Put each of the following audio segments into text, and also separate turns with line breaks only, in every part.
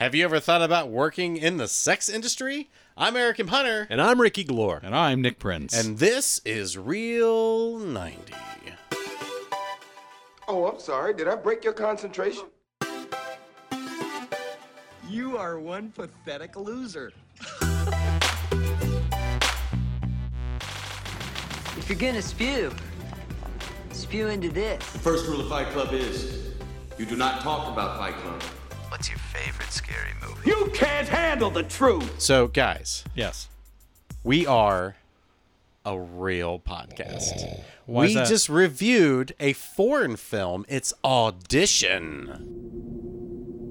Have you ever thought about working in the sex industry? I'm Eric M. Hunter,
And I'm Ricky Glore.
And I'm Nick Prince.
and this is Real 90.
Oh, I'm sorry. Did I break your concentration?
You are one pathetic loser.
If you're gonna spew, spew into this.
First rule of Fight Club is you do not talk about Fight Club.
What's your favorite scary movie?
You can't handle the truth.
So, guys,
yes.
we are a real podcast.
Why
we
is that?
just reviewed a foreign film. It's Audition.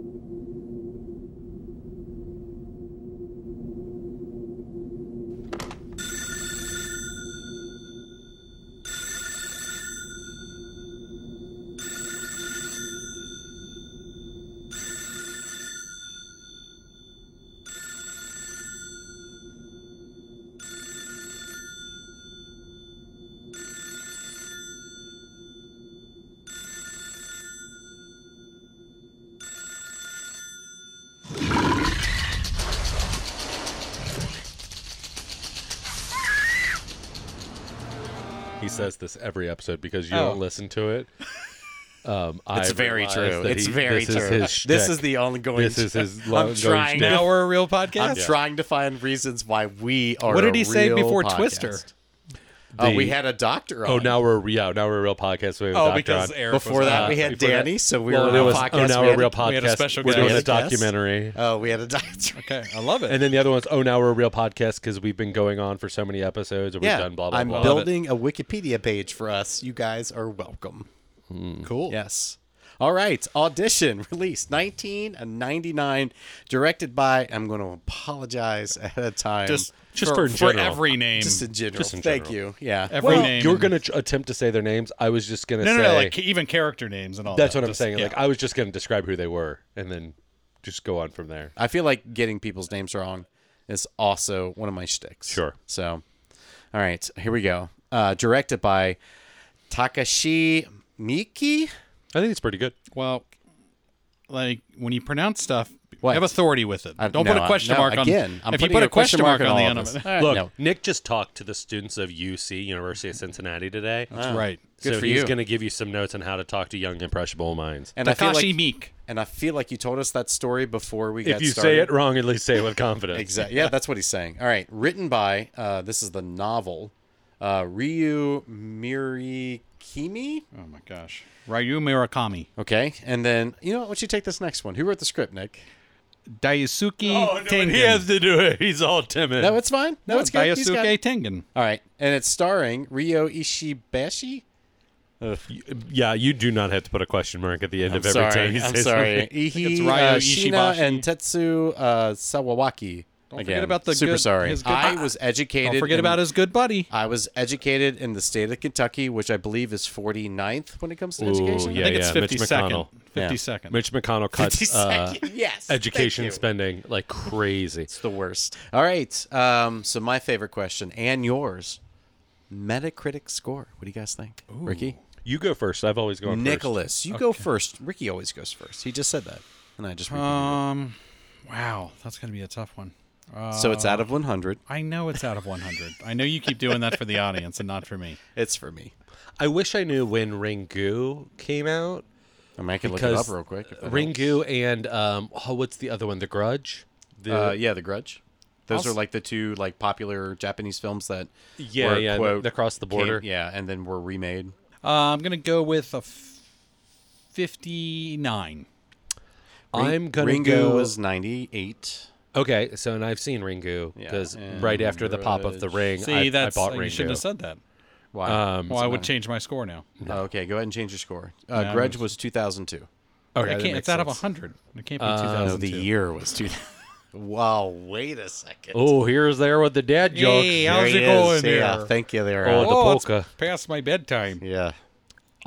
He
Uh-huh.
says this every episode because you
Oh.
don't listen to it. Um,
It's
I
very
realize
true.
that
It's
he-
very
this
true.
Is his
this
shtick.
is the ongoing.
This is his
I'm
ongoing
trying.
shtick.
Now
To,
we're a real
I'm
podcast?
trying to find reasons why we are.
What did
a
he say
real
before
podcast.
Twister?
Oh,
The-
we had a doctor. On.
Oh, now we're yeah, now we're a real podcast. We have a
Oh,
doctor
because
on.
Eric
Before
was
that,
on.
we had
before that-
Danny, so we
Well,
were
it
a real
was-
podcast.
Oh, now
we
we're a
had
real
we
podcast.
had a special
we're doing
guest.
a documentary.
Oh, we had a doctor.
Okay, I love it.
And then the other one's oh now we're a real podcast because we've been going on for so many episodes and
yeah,
we've done blah blah
I'm
blah.
building a Wikipedia page for us. You guys are welcome.
cool.
Yes. All right. Audition released 1999, directed by. I'm going to apologize ahead of time.
Just,
Just
for,
for in general.
every name.
Just in general.
Just in
Thank
general.
you. Yeah.
every
Well,
name.
you're
and-
gonna tr- attempt to say their names. I was just gonna
No,
say
no, no. Like even character names and all
that's
that.
what I'm
Just-
saying.
yeah.
Like I was just gonna describe who they were and then just go on from there.
I feel like getting people's names wrong is also one of my shticks.
Sure.
So, all right, here we go. Uh, directed by Takashi Miki.
I think it's pretty good.
well, like when you pronounce stuff,
What?
have authority with it.
I-
Don't
Uh, no,
put a
I-
question
no,
mark on
again, I'm
if you
putting
put
a question mark on
the
all
end
of
of it.
this. All right,
Look,
no.
Nick just talked to the students of UC, University of Cincinnati today.
That's right.
so
Ah, Good for
he's
you.
going to give you some notes on how to talk to young impressionable minds.
And I feel
Takashi
like,
Meek.
and I feel like you told us that story before we got
if you
started.
say it wrong, at least say it with confidence.
Exactly. Yeah, that's what he's saying. All right. Written by, uh, this is the novel, uh, Ryu Mirikimi.
Oh my gosh. Ryu Murakami.
Okay. And then, you know what? Why don't you take this next one? Who wrote the script, Nick?
Daisuke
Oh,
Tengen.
to do it. He's all timid.
No, it's fine. No,
No,
it's good. He's got
Daisuke
it.
Tengen.
All right. And it's starring Ryo Ishibashi.
yeah, you do not have to put a question mark at the end of every time you
I'm
say
sorry.
something.
Ihi,
it's
uh,
Ryo
Shina
Ishibashi.
and Tetsu uh, Sawawaki.
Don't
Again,
forget about the
super
good-
sorry.
his good-
I was educated.
Don't forget
in-
about his good buddy.
I was educated in the state of Kentucky, which I believe is 49th when it comes to
Ooh,
education.
yeah,
I think it's
Mitch
50
McConnell.
second.
Yeah.
50 second.
Mitch McConnell cuts uh,
yes. thank
education
you.
spending like crazy.
It's the worst. All right. Um, so my favorite question and yours, Metacritic score. What do you guys think, Ricky?
You go first. I've always gone first.
Nicholas, you go first. Ricky always goes first. He just said that, and I just repeated
Um, wow, that's gonna be a tough one.
Uh,
it. so it's out of 100.
I know it's out of 100. I know you keep doing that for the audience and not for me.
It's for me.
I wish I knew when Ringu came out.
I mean, I can look it up
because
real quick. if that helps.
Ringu and um, oh, what's the other one? The Grudge. The,
uh, yeah, The Grudge. Those
I'll
are
s-
like the two like popular Japanese films that
Yeah,
were,
yeah, that-
quote,
that crossed the
came-
border.
yeah, and then were remade.
Uh, I'm gonna go with a f-
Ring-
59.
I'm gonna
Ringu
go.
was 98.
okay, so and I've seen Ringu because
and
right after the pop of the ring,
See,
I, I
that's
bought
uh,
Ringu.
you shouldn't have said that.
um,
Wow.
Well, I would change my score now.
Oh, okay, go ahead and change your score.
I
Uh,
don't
Grudge
know.
was 2002.
okay,
I
that
can't.
makes
It's out of
sense. Uh,
100. It can't be
No,
2002.
the year was 2000. wow, wait a second.
Oh, here's there with the dad joke.
Hey, how's
There
it
he is.
going there?
Yeah, thank you there.
Oh,
Al.
the
Oh, it's
polka.
past my bedtime.
yeah.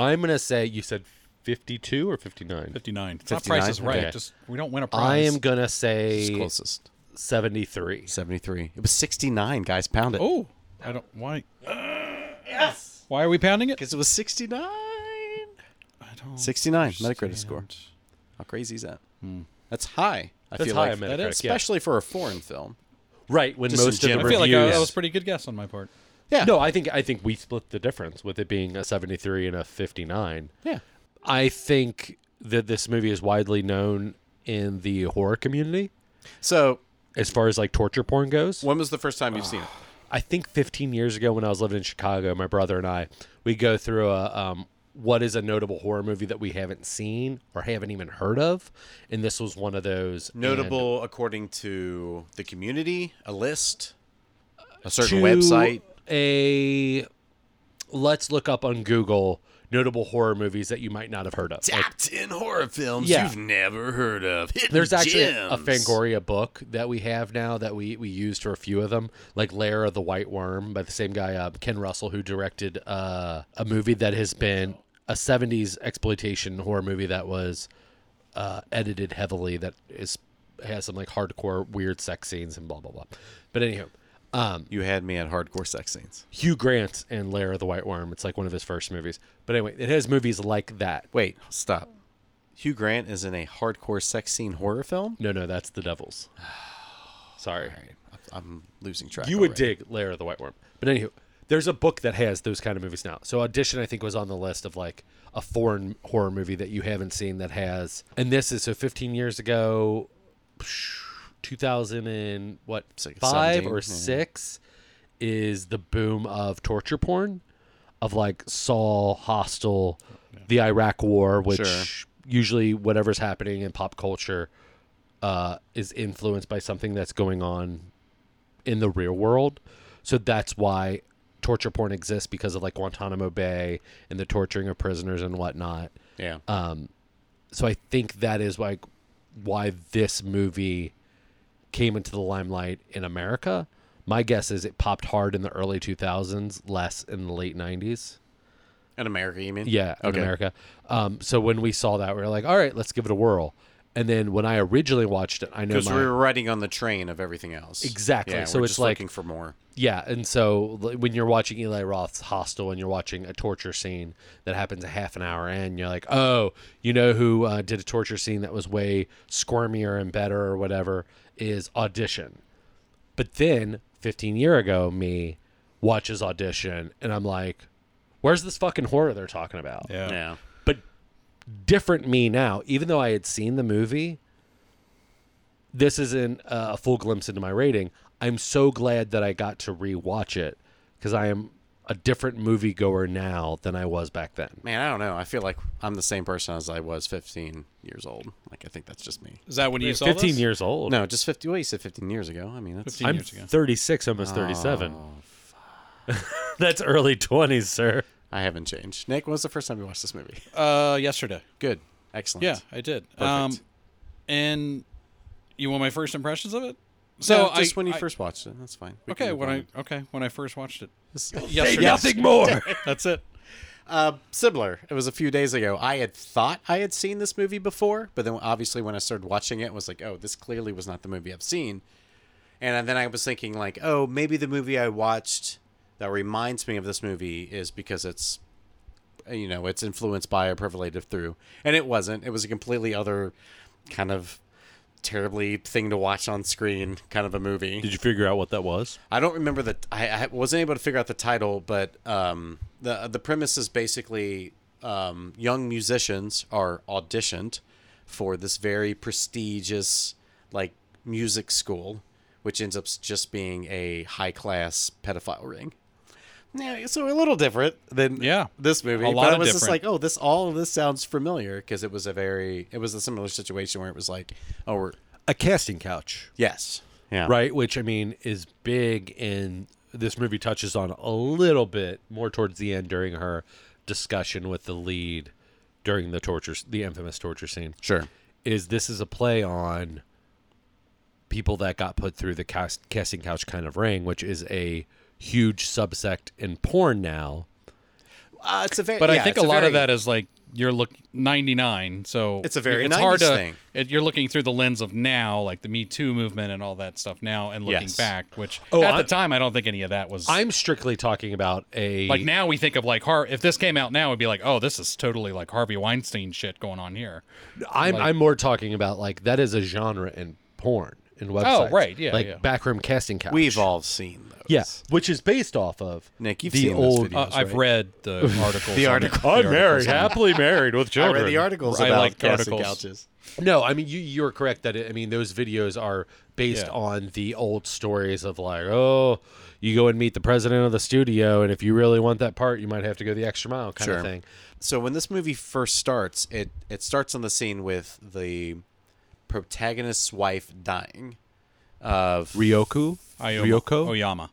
I'm gonna say you said 52 or 59.
59. It's not Price is
59?
Right.
Okay.
Just we don't win a prize.
I am gonna
It's
say
closest.
73.
73. It was 69, guys. Pound it.
Oh, I don't. Why? yes. Why are we pounding it?
Because it was 69.
Hmm.
69, Metacritic score. How crazy is that? That's high. I
That's
feel
high
like
on Metacritic,
that
yeah.
is, especially for a foreign film.
Right when
Just in
most of the
general.
I feel like I,
reviews.
that was a pretty good guess on my part.
Yeah.
No, I think I think we split the difference with it being a 73 and a 59.
Yeah.
I think that this movie is widely known in the horror community
So
as far as like torture porn goes.
when was the first time you've
Ah.
seen it?
I think 15 years ago when I was living in Chicago, my brother and I, we go through a um, what is a notable horror movie that we haven't seen or haven't even heard of, and this was one of those and
Notable according to the community, a list, a certain
to
website.
A let's look up on Google notable horror movies that you might not have heard of. Like,
Top 10 horror films
Yeah.
you've never heard of. Hidden
There's actually a
gems.
Fangoria book that we have now that we, we used for a few of them, like Lair of the White Worm by the same guy, uh, Ken Russell, who directed uh, a movie that has been a 70s exploitation horror movie that was uh, edited heavily that is has some like hardcore weird sex scenes and blah blah blah. But anyhow, um,
You had me at hardcore sex scenes.
Hugh Grant and Lair of the White Worm, it's like one of his first movies. But anyway, it has movies like that.
Wait, stop. Hugh Grant is in a hardcore sex scene horror film?
No, no, that's The Devils. Sorry.
I'm losing track.
You would
already.
dig Lair of the White Worm. But anywho, there's a book that has those kind of movies now. So Audition, I think, was on the list of like a foreign horror movie that you haven't seen that has. And this is so 15 years ago, 2000 and what
Six-
five
17,
or
yeah.
six is the boom of torture porn, of like Saw, Hostel, the Iraq War, which
Sure.
usually whatever's happening in pop culture uh, is influenced by something that's going on in the real world. So that's why torture porn exists because of like Guantanamo Bay and the torturing of prisoners and whatnot.
Yeah.
So I think that is like why this movie came into the limelight in America. My guess is it popped hard in the early 2000s, less in the late 90s.
in America, you mean?
Yeah, in
Okay.
America. Um, so when we saw that, we were like, all right, let's give it a whirl. And then when I originally watched it, I know
Because
my,
we were riding on the train of everything else.
Exactly.
Yeah,
So
we're
it's
just
like-
looking for more.
Yeah, and so like, when you're watching Eli Roth's Hostel and you're watching a torture scene that happens a half an hour in, you're like, oh, you know who uh, did a torture scene that was way squirmier and better or whatever is Audition. But then 15 year ago, me watches Audition and I'm like, where's this fucking horror they're talking about?
Yeah.
Yeah.
But different me now, even though I had seen the movie, this isn't uh, a full glimpse into my rating. I'm so glad that I got to rewatch it because I am a different moviegoer now than I was back then.
Man, I don't know. I feel like I'm the same person as I was 15 years old. Like, I think that's just me.
Is that when you saw
15
this?
years old.
No, just 50. Well, you said 15 years ago. I mean, that's.
15
I'm
years ago.
36, almost 37. That's early 20s, sir.
I haven't changed. Nick, when was the first time you watched this movie?
Uh, yesterday.
Good. Excellent.
Yeah, I did. Um, and you want my first impressions of it?
So,
I-
just when you
I-
first watched it. That's fine. We can
Okay,
move
when
on.
I okay when I first watched it.
Say
Yesterday.
Nothing more.
That's it.
similar. uh, It was a few days ago. I had thought I had seen this movie before, but then obviously when I started watching it, I was like, oh, this clearly was not the movie I've seen. And then I was thinking like, oh, maybe the movie I watched that reminds me of this movie is because it's you know, it's influenced by or pervolated through. And it wasn't. It was a completely other kind of terribly thing to watch on screen kind of a movie.
Did you figure out what that was?
I don't remember the. I, I wasn't able to figure out the title, but um, the the premise is basically um, young musicians are auditioned for this very prestigious like music school, which ends up just being a high class pedophile ring. Yeah, so a little different than
Yeah,
this movie.
a lot
but I
of
was just
different.
like, oh, this all of this sounds familiar because it was a very it was a similar situation where it was like, oh, we're,
A casting couch.
yes, yeah,
right? Which I mean is big, and this movie touches on a little bit more towards the end during her discussion with the lead during the torture, the infamous torture scene.
sure.
Is this is a play on people that got put through the cast, casting couch kind of ring, which is a huge subsect in porn now.
Uh, it's a very,
But I
yeah,
think a
it's
lot
very-
of that is like you're look 99, so
It's a very
it's hard
90s
to
thing.
It, you're looking through the lens of now, like the Me Too movement and all that stuff now, and looking
Yes.
back, which
Oh,
at
I'm-
the time I don't think any of that was.
I'm strictly talking about a
like now we think of like Har. If this came out now, it'd be like, oh, this is totally like Harvey Weinstein shit going on here.
I'm I'm more talking about like that is a genre in porn and websites.
Oh, right, yeah,
Like
yeah.
backroom casting couch.
We've all seen those.
Yes, which is based off of
Nick, you've
the
seen those
old.
videos.
Uh, I've read the articles.
The
on it.
article.
The articles on it.
happily married with
I read the articles
I
about
like the
casting
articles.
couches.
No, I mean you. You're correct that it, I mean those videos are based
Yeah.
on the old stories of like, oh, you go and meet the president of the studio, and if you really want that part, you might have to go the extra mile, kind
Sure.
of thing.
So when this movie first starts, it it starts on the scene with the protagonist's wife dying of
Ryoku,
Ayoma-
Ryoko.
Oyama.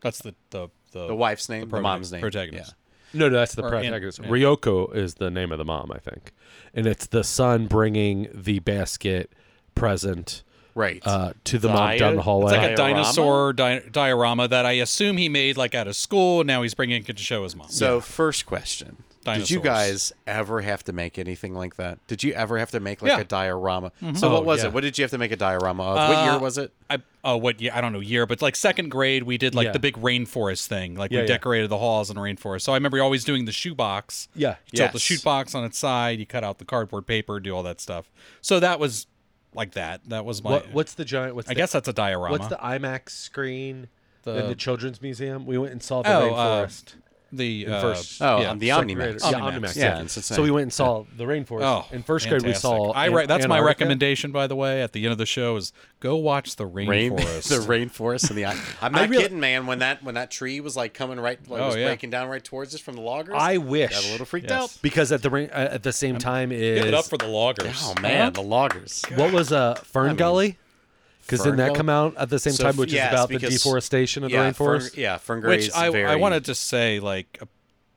That's the the the,
the wife's name, the,
protag-
mom's name,
protagonist.
No, no, that's the
Or in-
protagonist.
yeah.
Ryoko is the name of the mom, I think, and it's the son bringing the basket present
Yeah. Right.
uh, to the
Zaya?
mom down the
It's
hallway.
It's like a
Diorama?
dinosaur di- diorama that I assume he made like out of school. And now he's bringing it to show his mom.
so first question. Did you
Dinosaurs.
guys ever have to make anything like that? Did you ever have to make like
Yeah. Mm-hmm.
a diorama? So
Oh,
what was
yeah.
it? What did you have to make a diorama of? what year
Uh,
was it?
I uh, what year? I don't know year, but like second grade, we did like
Yeah.
the big rainforest thing. Like
Yeah,
we
yeah.
decorated the halls in rainforest. So I remember always doing the shoebox.
Yeah.
you tilt the
Yes.
shoebox on its side. You cut out the cardboard paper, do all that stuff. So that was like that. That was my.
What, what's the giant? What's
I
the,
guess that's a diorama.
what's the IMAX screen in the
The-
children's museum? We went and saw the
oh uh,
rainforest.
the
in
uh,
first-
Oh,
yeah.
on the
Second grade-
Omnimax.
Yeah,
Omnimax.
Omnimax.
Yeah,
Yeah.
it's insane.
So we went and saw the rainforest.
Oh,
in first grade, we
fantastic.
saw.
I
An-
re- that's my
Antarctica.
recommendation, by the way. At the end of the show, is go watch the
Rain, the
rainforest.
rainforest and the. I'm not
really-
kidding, man. When that when that tree was like coming right, like
Oh,
was
yeah.
breaking down right towards us from the loggers,
I wish
got a little freaked
Yes.
out.
because at the rain, uh, at the same time
Give
is
it up for the loggers.
Oh man, the loggers.
what was uh, Fern Gully? Because
Fern
didn't that
Gully?
come out at the same
So
time,
f-
which
yes,
is about the
because-
deforestation of the rainforest?
Fern, yeah, Fern
Which
Gray's
I,
very,
I want to just say, like, uh,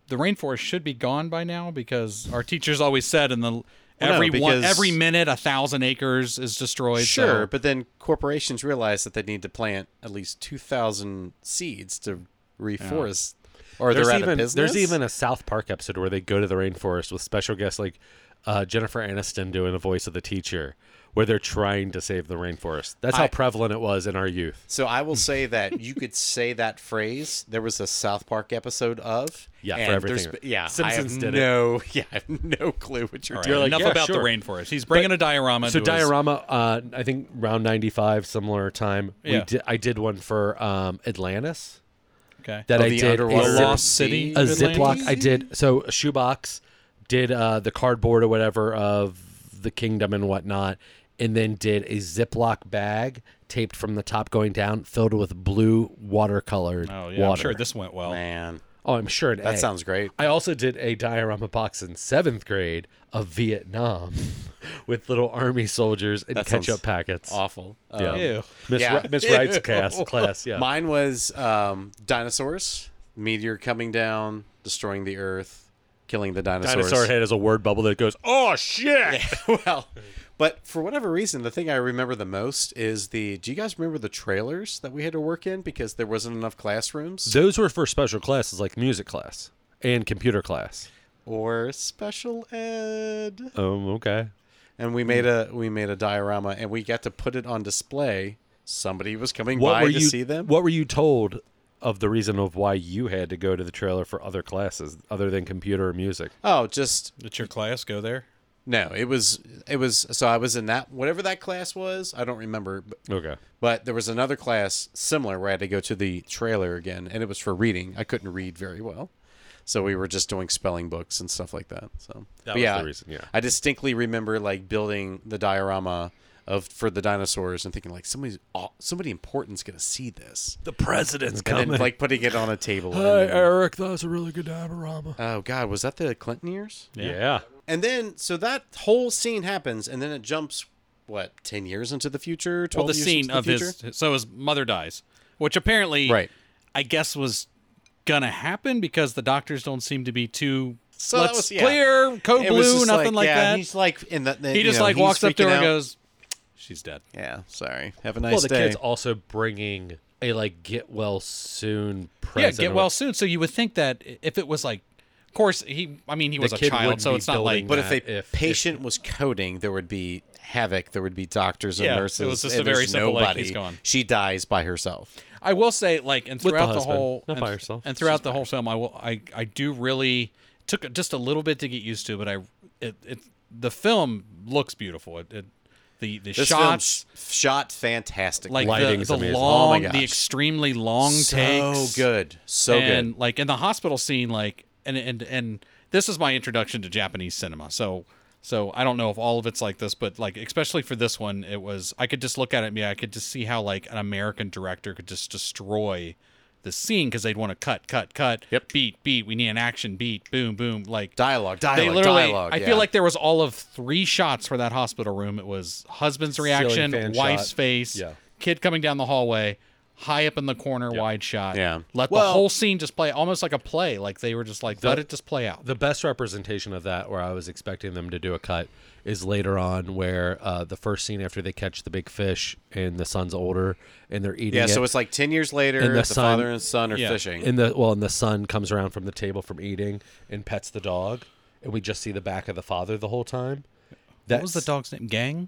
the rainforest should be gone by now because our teachers always said in the every one,
because-
every minute a thousand acres is destroyed.
sure,
so-
but then corporations realize that they need to plant at least two thousand seeds to reforest, or
there's
they're out
even
of business.
there's even a South Park episode where they go to the rainforest with special guests like uh, Jennifer Aniston doing the voice of the teacher, where they're trying to save the rainforest. That's how
I-
prevalent it was in our youth.
So I will say that you could say that phrase. There was a South Park episode of
Yeah, for
and
everything.
there's- Yeah,
Simpsons
I have
did it.
no, Yeah, I have no clue what you're
All right,
doing.
enough
yeah,
about
sure.
the rainforest. He's bringing a diorama.
So
to his-
diorama, uh, I think round ninety five, similar time. We
Yeah.
did, I did one for um, Atlantis
okay.
that I
the
did a
underwater
zip-
lost city.
a
Atlantis?
Ziploc. I did so a shoebox, did uh, the cardboard or whatever of the kingdom and whatnot, and then did a Ziploc bag taped from the top going down, filled with blue watercolored
oh yeah, I'm
water.
sure this went well.
Man,
oh, I'm sure an
that
A.
sounds great.
I also did a diorama box in seventh grade of Vietnam with little army soldiers and
That sounds
ketchup packets.
Awful.
Yeah.
Um,
Ew.
Miss,
Yeah.
Ri- Miss Wright's class, class, yeah.
Mine was um, dinosaurs, meteor coming down, destroying the Earth, killing the dinosaurs.
Dinosaur head is a word bubble that goes, oh shit!
well, but for whatever reason, the thing I remember the most is the. Do you guys remember the trailers that we had to work in because there wasn't enough classrooms
Those were for special classes like music class and computer class.
or special ed?
Um, okay.
And we made a we made a diorama and we got to put it on display. Somebody was coming
What
by
were
to
you
see them.
What were you told of the reason of why you had to go to the trailer for other classes other than computer or music?
Oh, just
Did your class go there?
no. It was it was. So I was in that whatever that class was. I don't remember. But
Okay.
But there was another class similar where I had to go to the trailer again, and it was for reading. I couldn't read very well, so we were just doing spelling books and stuff like that. So
That
But
was
yeah,
the reason, yeah.
I distinctly remember like building the diorama of for the dinosaurs and thinking like somebody's aw- somebody important's gonna see this,
The president's
and then like putting it on a table. and
Hi,
then-
Eric. That was a really good diorama.
oh God, was that the Clinton years?
Yeah.
And then so that whole scene happens, and then it jumps what ten years into the future? 12
Well, the
years
scene
into the
of
future?
his so his mother dies, which apparently,
Right.
I guess was gonna happen because the doctors don't seem to be too.
So
let's
that was- yeah.
clear code
It was
blue,
just
nothing like,
yeah,
that.
He's like in the, the-
he
you
just
know,
like
he's
walks up to her
freaking
and
out.
goes, "She's dead."
"Yeah, sorry, have a nice
Well, the
day."
kid's also bringing a like get well soon present.
Yeah, get well soon. So you would think that if it was like, of course, he. I mean, he was a
kid
child,
wouldn't
so
be
it's not
building
like.
but if
that
the
if-
patient was coding, there would be havoc. There would be doctors and
Yeah, it was
nurses.
just
and
a very
there's
simple, like,
nobody.
he's gone.
She dies by herself.
I will say, like, and throughout the,
husband,
whole,
not
and,
by herself.
and throughout the whole film, I will, I, I do really took just a little bit to get used to, but I, it, it the film looks beautiful. It, it the the
This
shots,
film's f- shot fantastic.
like the,
lighting's
the
amazing.
Oh my
long, the
gosh.
extremely long
so
takes.
good, so
and
good.
like in the hospital scene, like and and and this is my introduction to Japanese cinema. So so I don't know if all of it's like this, but like especially for this one, it was I could just look at it and yeah, I could just see how like an American director could just destroy the scene because they'd want to cut, cut, cut,
Yep.
beat, beat. We need an action beat, boom, boom, like
Dialogue,
they
dialogue,
literally,
dialogue.
I
yeah.
feel like there was all of three shots for that hospital room. It was husband's reaction,
fan
wife's
shot.
face,
Yeah.
kid coming down the hallway, high up in the corner, wide shot.
Yeah.
Let the
Well-
whole scene just play almost like a play. Like they were just like, let it just play out.
the best representation of that where i was expecting them to do a cut is later on where uh, the first scene after they catch the big fish and the son's older and they're eating
yeah.
it
So it's like ten years later,
And the
the,
son-
father and son are
Yeah.
fishing.
and the well and the son comes around from the table from eating and pets the dog and we just see the back of the father the whole time that
what was the dog's name? Gang?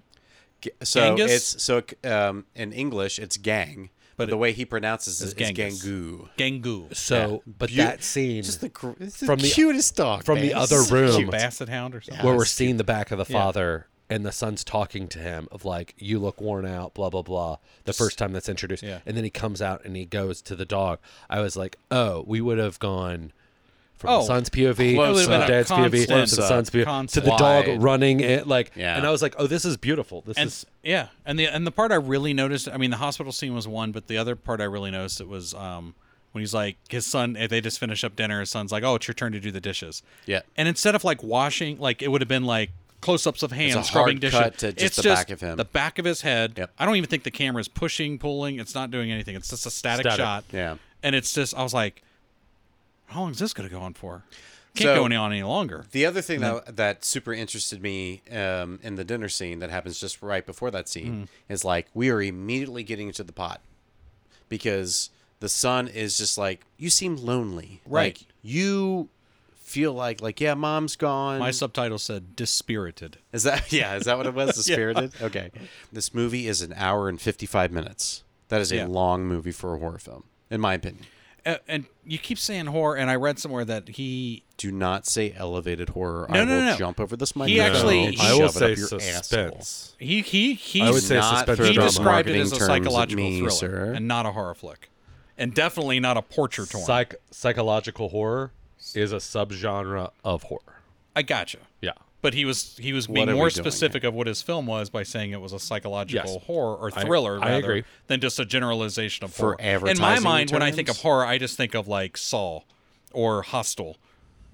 so
Genghis?
it's so um, in English it's gang, but, the way he pronounces it is
Genghis.
gangu.
Gangu.
so but
Beau-
that scene
Just the, gr- it's the
from the-
cutest dog
from the
man.
other
So
room.
cute.
Basset hound or something.
where we're seeing the back of the father and the son's talking to him of like you look worn out blah blah blah the first time that's introduced
yeah.
and then he comes out and he goes to the dog i was like oh we would have gone from
Oh,
the son's POV
close
to the
up.
dad's POV to the
Constant,
son's POV to
constant.
the dog
Wide.
running it like
Yeah.
and I was like oh this is beautiful this
and
is
yeah, and the and the part I really noticed, I mean, the hospital scene was one, but the other part I really noticed it was um, when he's like his son. eh, They just finish up dinner. His son's like, "Oh, it's your turn to do the dishes."
Yeah.
And instead of like washing, like it would have been like close-ups of hands,
a
scrubbing
hard
dishes.
cut to just
it's
the
just
back of him.
the back of his head.
Yep.
I don't even think the camera's pushing, pulling. It's not doing anything. It's just a static,
Static.
shot.
Yeah.
And it's just, I was like, how long is this going to go on for? Can't
So-
go any on any longer.
The other thing
Mm-hmm.
that that super interested me um, in the dinner scene that happens just right before that scene
Mm-hmm.
is like we are immediately getting into the pot because the son is just like you seem lonely,
Right.
Like, you feel like like yeah, mom's gone.
My subtitle said dispirited.
is that yeah? Is that what it was? Dispirited. Okay. This movie is an hour and fifty five minutes. That is a
Yeah.
long movie for a horror film, in my opinion.
A- Uh, and you keep saying horror, and I read somewhere that he
Do not say elevated horror.
No,
I
no,
will
no.
jump over this
He
microphone.
actually-
Oh,
and
he-
shove
I will
it up your asshole.
he he he.
I would say
not
suspense
throw
he
drama.
described it
marketing
as a
terms at
psychological
me,
thriller
sir.
and not a horror flick, and definitely not a portrait torn.
psych psychological horror is a subgenre of horror
I gotcha.
yeah
But he was he was
What
being
are
more
we doing
specific of what his film was by saying it was a psychological
Yes.
horror or
I-
thriller.
I
rather,
agree.
Than just a generalization of
For
horror. In my
advertising
mind, when I think of
terms?
horror, I just think of like Saw or Hostel,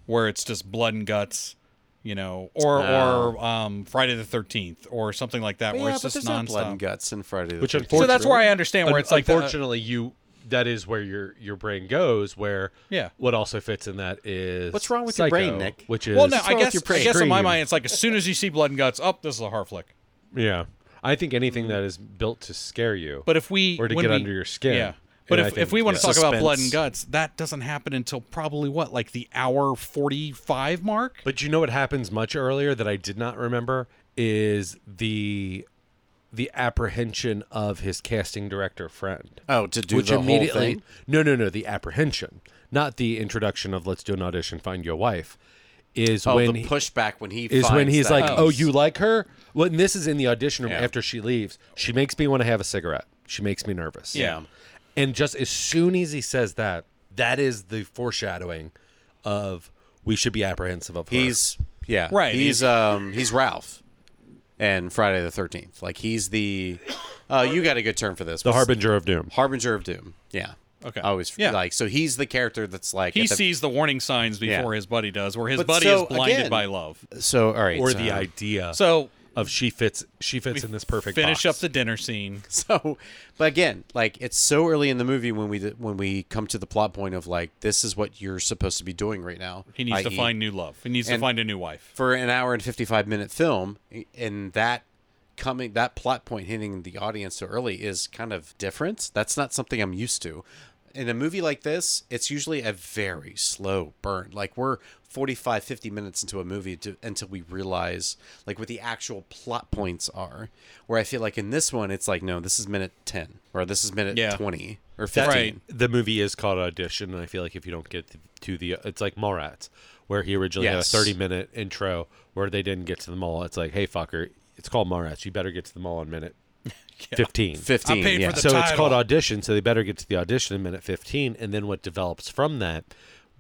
where it's just blood and guts, you know, or or um, Friday the Thirteenth or something like that, where
yeah,
it's
Ah. but
just
there's not blood and
nonstop.
guts in Friday the
Which
13th.
so that's where I understand where
Un-
it's like the- uh,
unfortunately you that is where your your brain goes where
Yeah.
what also fits in that is
What's wrong with your brain,
Psycho,
Nick?
which is
well, no,
What's
I
wrong with
guess
your
I
brain?
guess in my
Scream.
mind, it's like as soon as you see blood and guts, up, this is a horror flick.
Yeah. I think anything that is built to scare you.
Mm. But if we
Or to
when
get
we-
under your skin.
yeah. But
And
if,
I
if
think-
we want to
yeah.
talk about blood and
Suspense.
guts, that doesn't happen until probably what, like the hour forty five mark.
But you know what happens much earlier that I did not remember is the the apprehension of his casting director friend.
Oh, to do the whole thing?
No, no, no, the apprehension. Not the introduction of let's do an audition, find your wife. Is
oh,
when
the
he-
pushback when he
is when
finds
he's
that
like,
house.
"Oh, you like her?" Well, and this is in the audition room
Yeah.
after she leaves. She makes me want to have a cigarette. She makes me nervous.
Yeah.
And just as soon as he says that, that is the foreshadowing of we should be apprehensive of her.
he's yeah,
Right,
He's um he's Ralph, and Friday the Thirteenth. Like he's the, uh, you got a good term for this.
the
What's-
harbinger of doom.
harbinger of doom. Yeah.
Okay.
I always
Yeah.
like so he's the character that's like
he
at the-
sees the warning signs before his buddy does, where his
But
buddy
so,
is blinded
again-
by love.
uh,
so all right
Or
so-
the idea
So
of she fits she fits in this perfect
finish up
box.
the dinner scene.
So, but again, like it's so early in the movie when we when we come to the plot point of like this is what you're supposed to be doing right now. e
He needs to
i.e.
find new love. He needs to
And-
find a new wife.
for an hour and 55 minute film and that coming that plot point hitting the audience so early is kind of different that's not something i'm used to in a movie like this it's usually a very slow burn like we're 45 50 minutes into a movie to, until we realize like what the actual plot points are where i feel like in this one it's like no this is minute 10 or this is minute
Yeah.
20 or 15
That- Right.
the movie is called audition and i feel like if you don't get th- to the it's like mallrats where he originally
Yes.
had a 30 minute intro where they didn't get to the mall it's like hey fucker it's called Mallrats. You better get to the mall in minute fifteen.
Fifteen.
I paid for
yeah.
the
so it's
title.
called audition. So they better get to the audition in minute fifteen, and then what develops from that.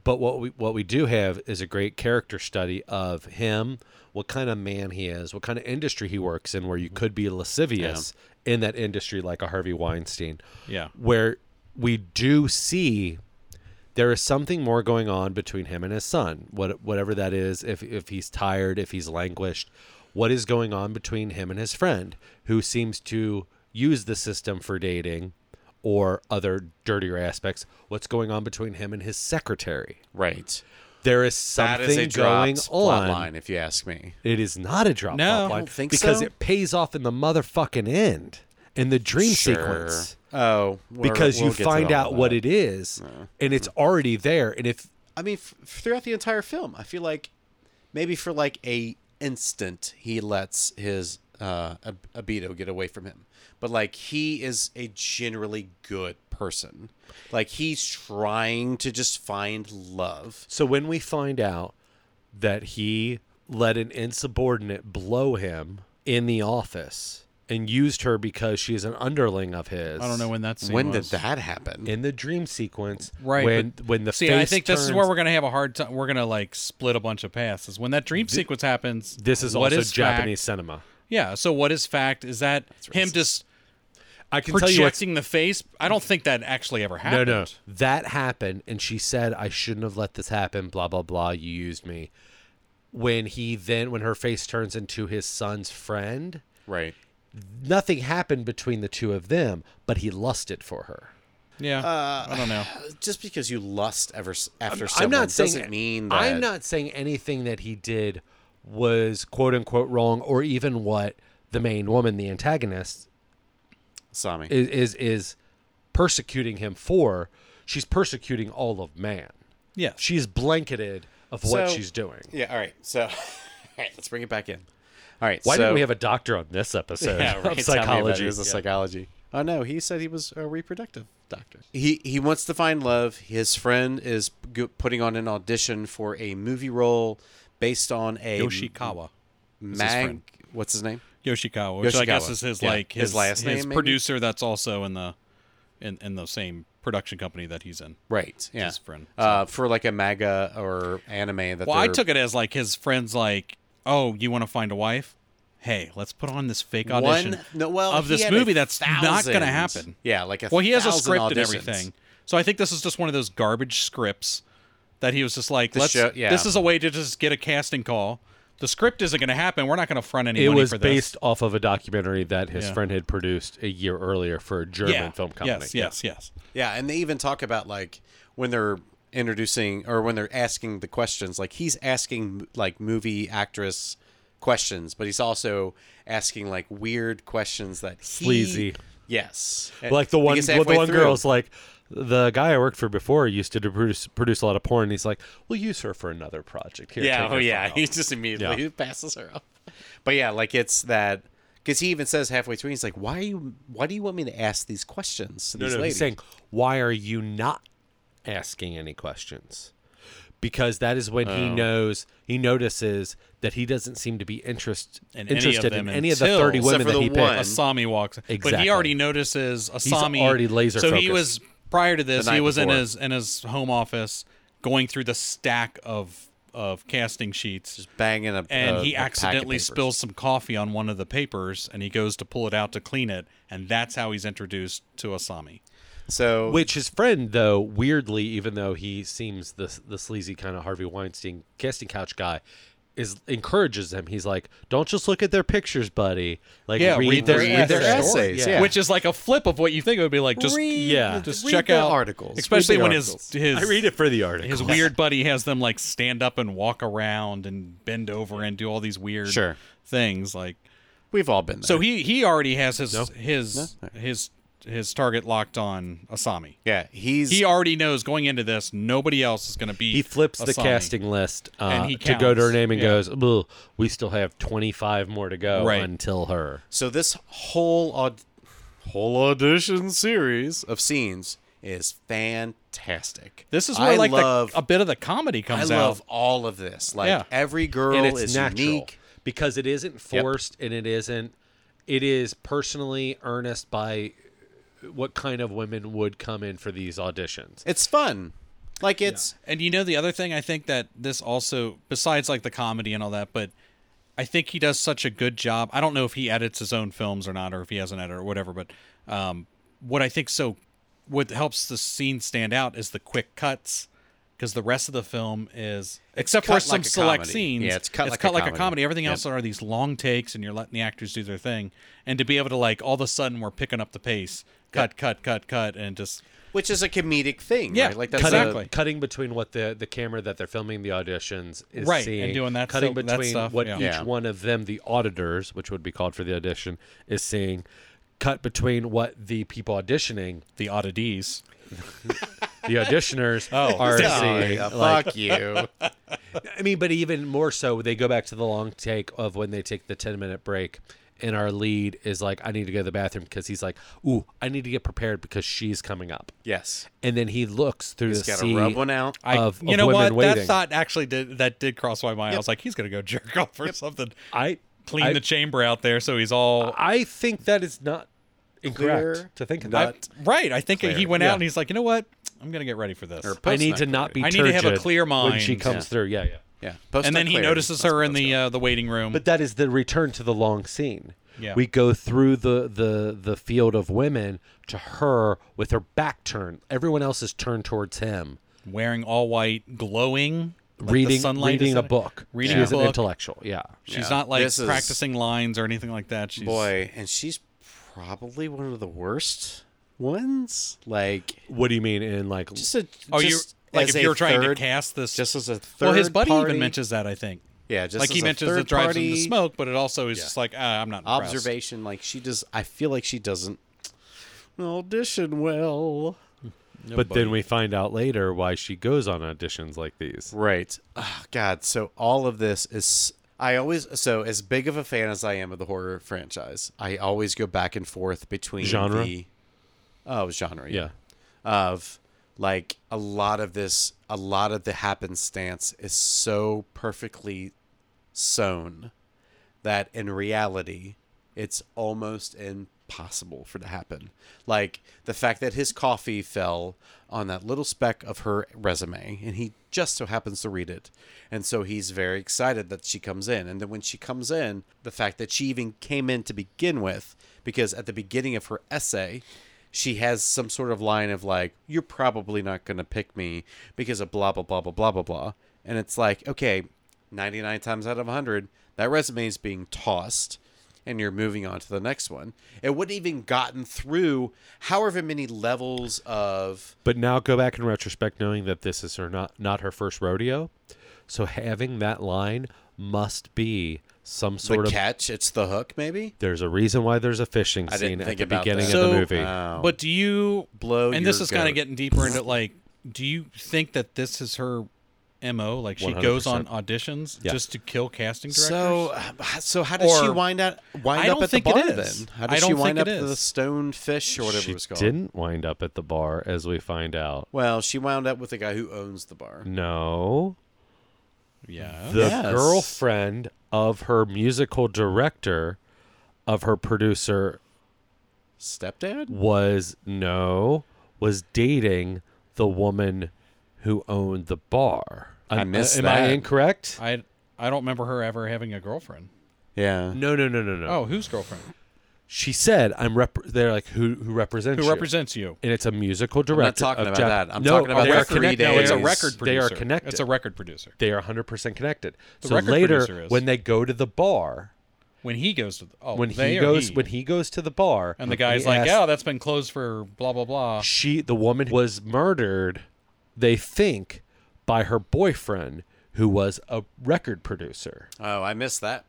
But what we what we do have is a great character study of him, what kind of man he is, what kind of industry he works in, where you could be lascivious in that industry, like a Harvey Weinstein.
Yeah.
where we do see there is something more going on between him and his son. What whatever that is, if if he's tired, if he's languished, what is going on between him and his friend who seems to use the system for dating or other dirtier aspects? What's going on between him and his secretary?
right.
There is
That
something
is a
going
dropped
on.
plot line, if you ask me.
It is not a drop
No.
off
I
line
don't think
because
so.
it pays off in the motherfucking end in the dream
Sure.
sequence
Oh, we're-
because
we'll
you
get to
find
all
out what
that.
it is and it's already there and if
I mean, f- throughout the entire film, I feel like maybe for like a instant he lets his uh ab- Abito get away from him, but like he is a generally good person. Like he's trying to just find love.
so when we find out that he let an insubordinate blow him in the office and used her because she is an underling of his
I don't know when that scene
when
was.
did that happen?
in the dream sequence
Right,
when
but-
when the
See,
face
I think this is
turns-
where we're gonna have a hard time. We're gonna like split a bunch of paths. Is when that dream sequence happens.
this is
what
also
is
Japanese
Fact,
cinema
yeah. So what is fact? Is that him just
I can tell you what's
projecting the face? I don't think that actually ever happened.
No, no. That happened, and she said, I shouldn't have let this happen, blah, blah, blah. You used me. When he then, when her face turns into his son's friend,
Right.
nothing happened between the two of them, but he lusted for her.
Yeah. Uh, I don't know.
Uh, Just because you lust ever s- after
I'm
someone
not saying
doesn't mean that.
I'm not saying anything that he did was quote unquote wrong, or even what the main woman, the antagonist,
Sami.
is is, is persecuting him for. She's persecuting all of man.
Yeah.
She's blanketed of what
So-
she's doing.
Yeah. All right. So, all right. Let's bring it back in. All right.
Why
so,
didn't we have a doctor on this episode
yeah,
of
right,
psychology?
Is a
Yeah.
psychology? Oh no, he said he was a reproductive doctor. He he wants to find love. His friend is g- putting on an audition for a movie role based on a
Yoshikawa.
mag.
friend.
What's his name?
Yoshikawa, which I
Yoshikawa.
guess is his
Yeah.
like
His
his,
last name,
his
maybe?
producer that's also in the in in the same production company that he's in.
Right. Yeah.
his friend.
Uh, for like a manga or anime that.
Well, I
they're-
took it as like his friends like, "Oh, you want to find a wife? Hey, let's put on this fake
One-
audition
no, well,
of
he
this
had a
movie that's not going
thousand-
to happen."
yeah, like a
Well, he has a
thousand
script and
auditions.
everything. So I think this is just one of those garbage scripts that he was just like,
The
"Let's
show- yeah.
this is a way to just get a casting call. The script isn't going to happen. We're not going to front any
It
money
was
for this."
based off of a documentary that his
Yeah.
friend had produced a year earlier for a German
yeah.
film company.
Yes, yes, yes.
Yeah, and they even talk about like when they're introducing or when they're asking the questions. Like he's asking like movie actress questions, but he's also asking like weird questions that he,
Sleazy.
Yes,
Like the
He
one,
gets
well, the
halfway
one
through.
girl's like, the guy I worked for before used to produce, produce a lot of porn. And he's like, we'll use her for another project. Here,
yeah,
take
oh
her
yeah,
file."
he just immediately
Yeah.
passes her up. But yeah, like it's that because he even says halfway through, he's like, "Why are you? Why do you want me to ask these questions to
No,
these
no,
ladies?"
he's saying, why are you not asking any questions? Because that is when
Oh.
he knows, he notices that he doesn't seem to be interest,
In any of
interested
them
in any of the
until-
30
except
women
for
that
the
he picked.
one.
Asami walks, but
Exactly.
he already notices Asami
already laser
So he was
focused.
prior to this.
The
He
night
was in
before.
his in his home office going through the stack of of casting sheets,
banging a
and
a- a
he
pack of
accidentally
papers.
spills some coffee on one of the papers, and he goes to pull it out to clean it, and that's how he's introduced to Asami.
So
Which his friend, though, weirdly, even though he seems the the sleazy kind of Harvey Weinstein casting couch guy, is encourages him. He's like, "Don't just look at their pictures, buddy. Like,
Yeah,
read,
read
their,
their-
read
their
story."
essays, yeah.
Which is like a flip of what you think it would be like. Just
Read-
yeah.
just
read
check
the
out
articles.
especially
Read the
when
articles.
his his
I read it for the article.
his weird buddy has them like stand up and walk around and bend over and do all these weird
Sure.
things like
we've all been there.
so he he already has his his his his target locked on Asami.
yeah, he's
He already knows going into this nobody else is going to be
He flips the
Asami.
casting list uh,
And he
to go to her
counts.
name and
Yeah.
goes, "Ugh, "We still have twenty five more to go
Right.
until her."
So this whole aud- whole audition series of scenes is fantastic.
This is where
I
like the-
love
a bit of the comedy
I
comes out.
love all of this. Like
Yeah.
every girl
And it's
is
natural
unique.
because it isn't forced and it isn't. It is personally earnest by what kind of women would come in for these auditions.
It's fun. Like it's
And you know the other thing I think that this also besides like the comedy and all that, but I think he does such a good job. I don't know if he edits his own films or not, or if he has an editor or whatever. But um, what I think so, what helps the scene stand out is the quick cuts, because the rest of the film is except for
cut
some
like a
select
comedy.
scenes.
Yeah, it's cut like a comedy.
Everything
Yep.
else are these long takes, and you're letting the actors do their thing. And to be able to like all of a sudden we're picking up the pace, cut, cut, cut, cut, and just
which is a comedic thing.
Yeah,
right? like that's
cut
a-
out- Exactly.
cutting between what the the camera that they're filming the auditions is
Right, and
seeing,
doing that
cutting
stuff- that
between
stuff,
what
yeah.
each
Yeah.
one of them, the auditors, which would be called for the audition, is seeing. Cut between what the people auditioning,
the oddities.
the auditioners
Oh,
are seeing.
Yeah,
Like,
fuck you.
I mean, but even more so, they go back to the long take of when they take the ten minute break, and our lead is like, "I need to go to the bathroom" because he's like, "Ooh, I need to get prepared because she's coming up."
Yes.
And then he looks through the
gotta
sea
rub one out.
I,
of,
you
of
know what?
women
That
waiting.
thought actually did that did cross my mind. I was like, he's gonna go jerk off or something.
I
Clean
I-
the chamber out there, so he's all
I think that is not incorrect
Clear,
to think of
not-
that.
right. I think he went
Yeah.
out and he's like, you know what? I'm gonna get ready for this.
Or-
I need to not be.
I need to have a
turgid
clear
when she
mind.
comes
Yeah.
through. Yeah, yeah.
Yeah. Post
and
not
then he
clear.
notices her in the uh, the waiting room.
But that is the return to the long scene.
Yeah.
We go through the, the the field of women to her with her back turned. Everyone else is turned towards him,
wearing all white, glowing, like the
reading
sunlight is
reading a
setting-
book.
reading
she
a
is an
book.
intellectual. Yeah.
She's
Yeah.
not like
This is-
practicing lines or anything like that. She's,
boy, and she's probably one of the worst ones. Like
What do you mean in like?
just a
Oh, you
just
like
as
if
a
you're trying
third-
to cast this
just as a third.
Well, his buddy
party-
even mentions that. I think.
Yeah, just
like he
as a
mentions it
third
drives him to
party
smoke, but it also is just like ah, I'm not impressed.
Observation, like she does. I feel like she doesn't audition well.
but then we find out later why she goes on auditions like these.
Right. Oh, God. So all of this is. I always so as big of a fan as I am of the horror franchise, I always go back and forth between
Genre?
The, oh, genre.
Yeah.
Of like a lot of this, a lot of the happenstance is so perfectly sewn that in reality, it's almost impossible for it to happen. Like the fact that his coffee fell on that little speck of her resume, and he just so happens to read it. And so he's very excited that she comes in. And then when she comes in, the fact that she even came in to begin with, because at the beginning of her essay, she has some sort of line of like, You're probably not going to pick me because of blah, blah, blah, blah, blah, blah, blah. And it's like, okay, 99 times out of 100, that resume is being tossed and you're moving on to the next one. It wouldn't even gotten through however many levels of.
But now go back in retrospect, knowing that this is her not not her first rodeo. So having that line must be some
The
sort of.
catch, it's the hook, maybe?
There's a reason why there's a fishing
I didn't
scene at
think
the
about
beginning
that.
of the
So- uh,
movie.
Wow.
But do you
Blow
And this
your
is kind
goat.
of getting deeper into like, do you think that this is her mo? Like she goes on auditions
Yeah.
just to kill casting directors?
So, uh, so how does she
Or-
wind up?
I
Wind up
don't
at the
think it
bar
is.
then? How
I
does
don't
she wind up
think it
the
is.
stone fish or whatever
she
it was called?
didn't wind up at the bar, as we find out.
Well, she wound up with the guy who owns the bar.
No,
yeah.
the
Yes.
girlfriend of her musical director, of her producer,
Mm.
Stepdad?
was no, was dating the woman who owned the bar.
I
Am-
missed
Am I
that.
incorrect?
I I don't remember her ever having a girlfriend.
Yeah.
no, no, no, no, no.
Oh, whose girlfriend?
she said, "I'm rep." They're like, "Who who represents
Who
you?"
represents you?
and it's a musical director.
talking
of
about
Jap-
that. I'm
no,
talking about
they
the
are
three
connected.
days.
it's a record
They
producer.
are connected.
It's a record producer.
They are 100% connected.
The
so
record producer
later,
is.
when they go to the bar,
When he goes to the, oh
when
they
he
or
goes when he goes to the bar,
and the guy's
he
like,
asks-
oh, that's been closed for blah blah blah.
she the woman was murdered, they think, by her boyfriend who was a record producer.
Oh, I missed that.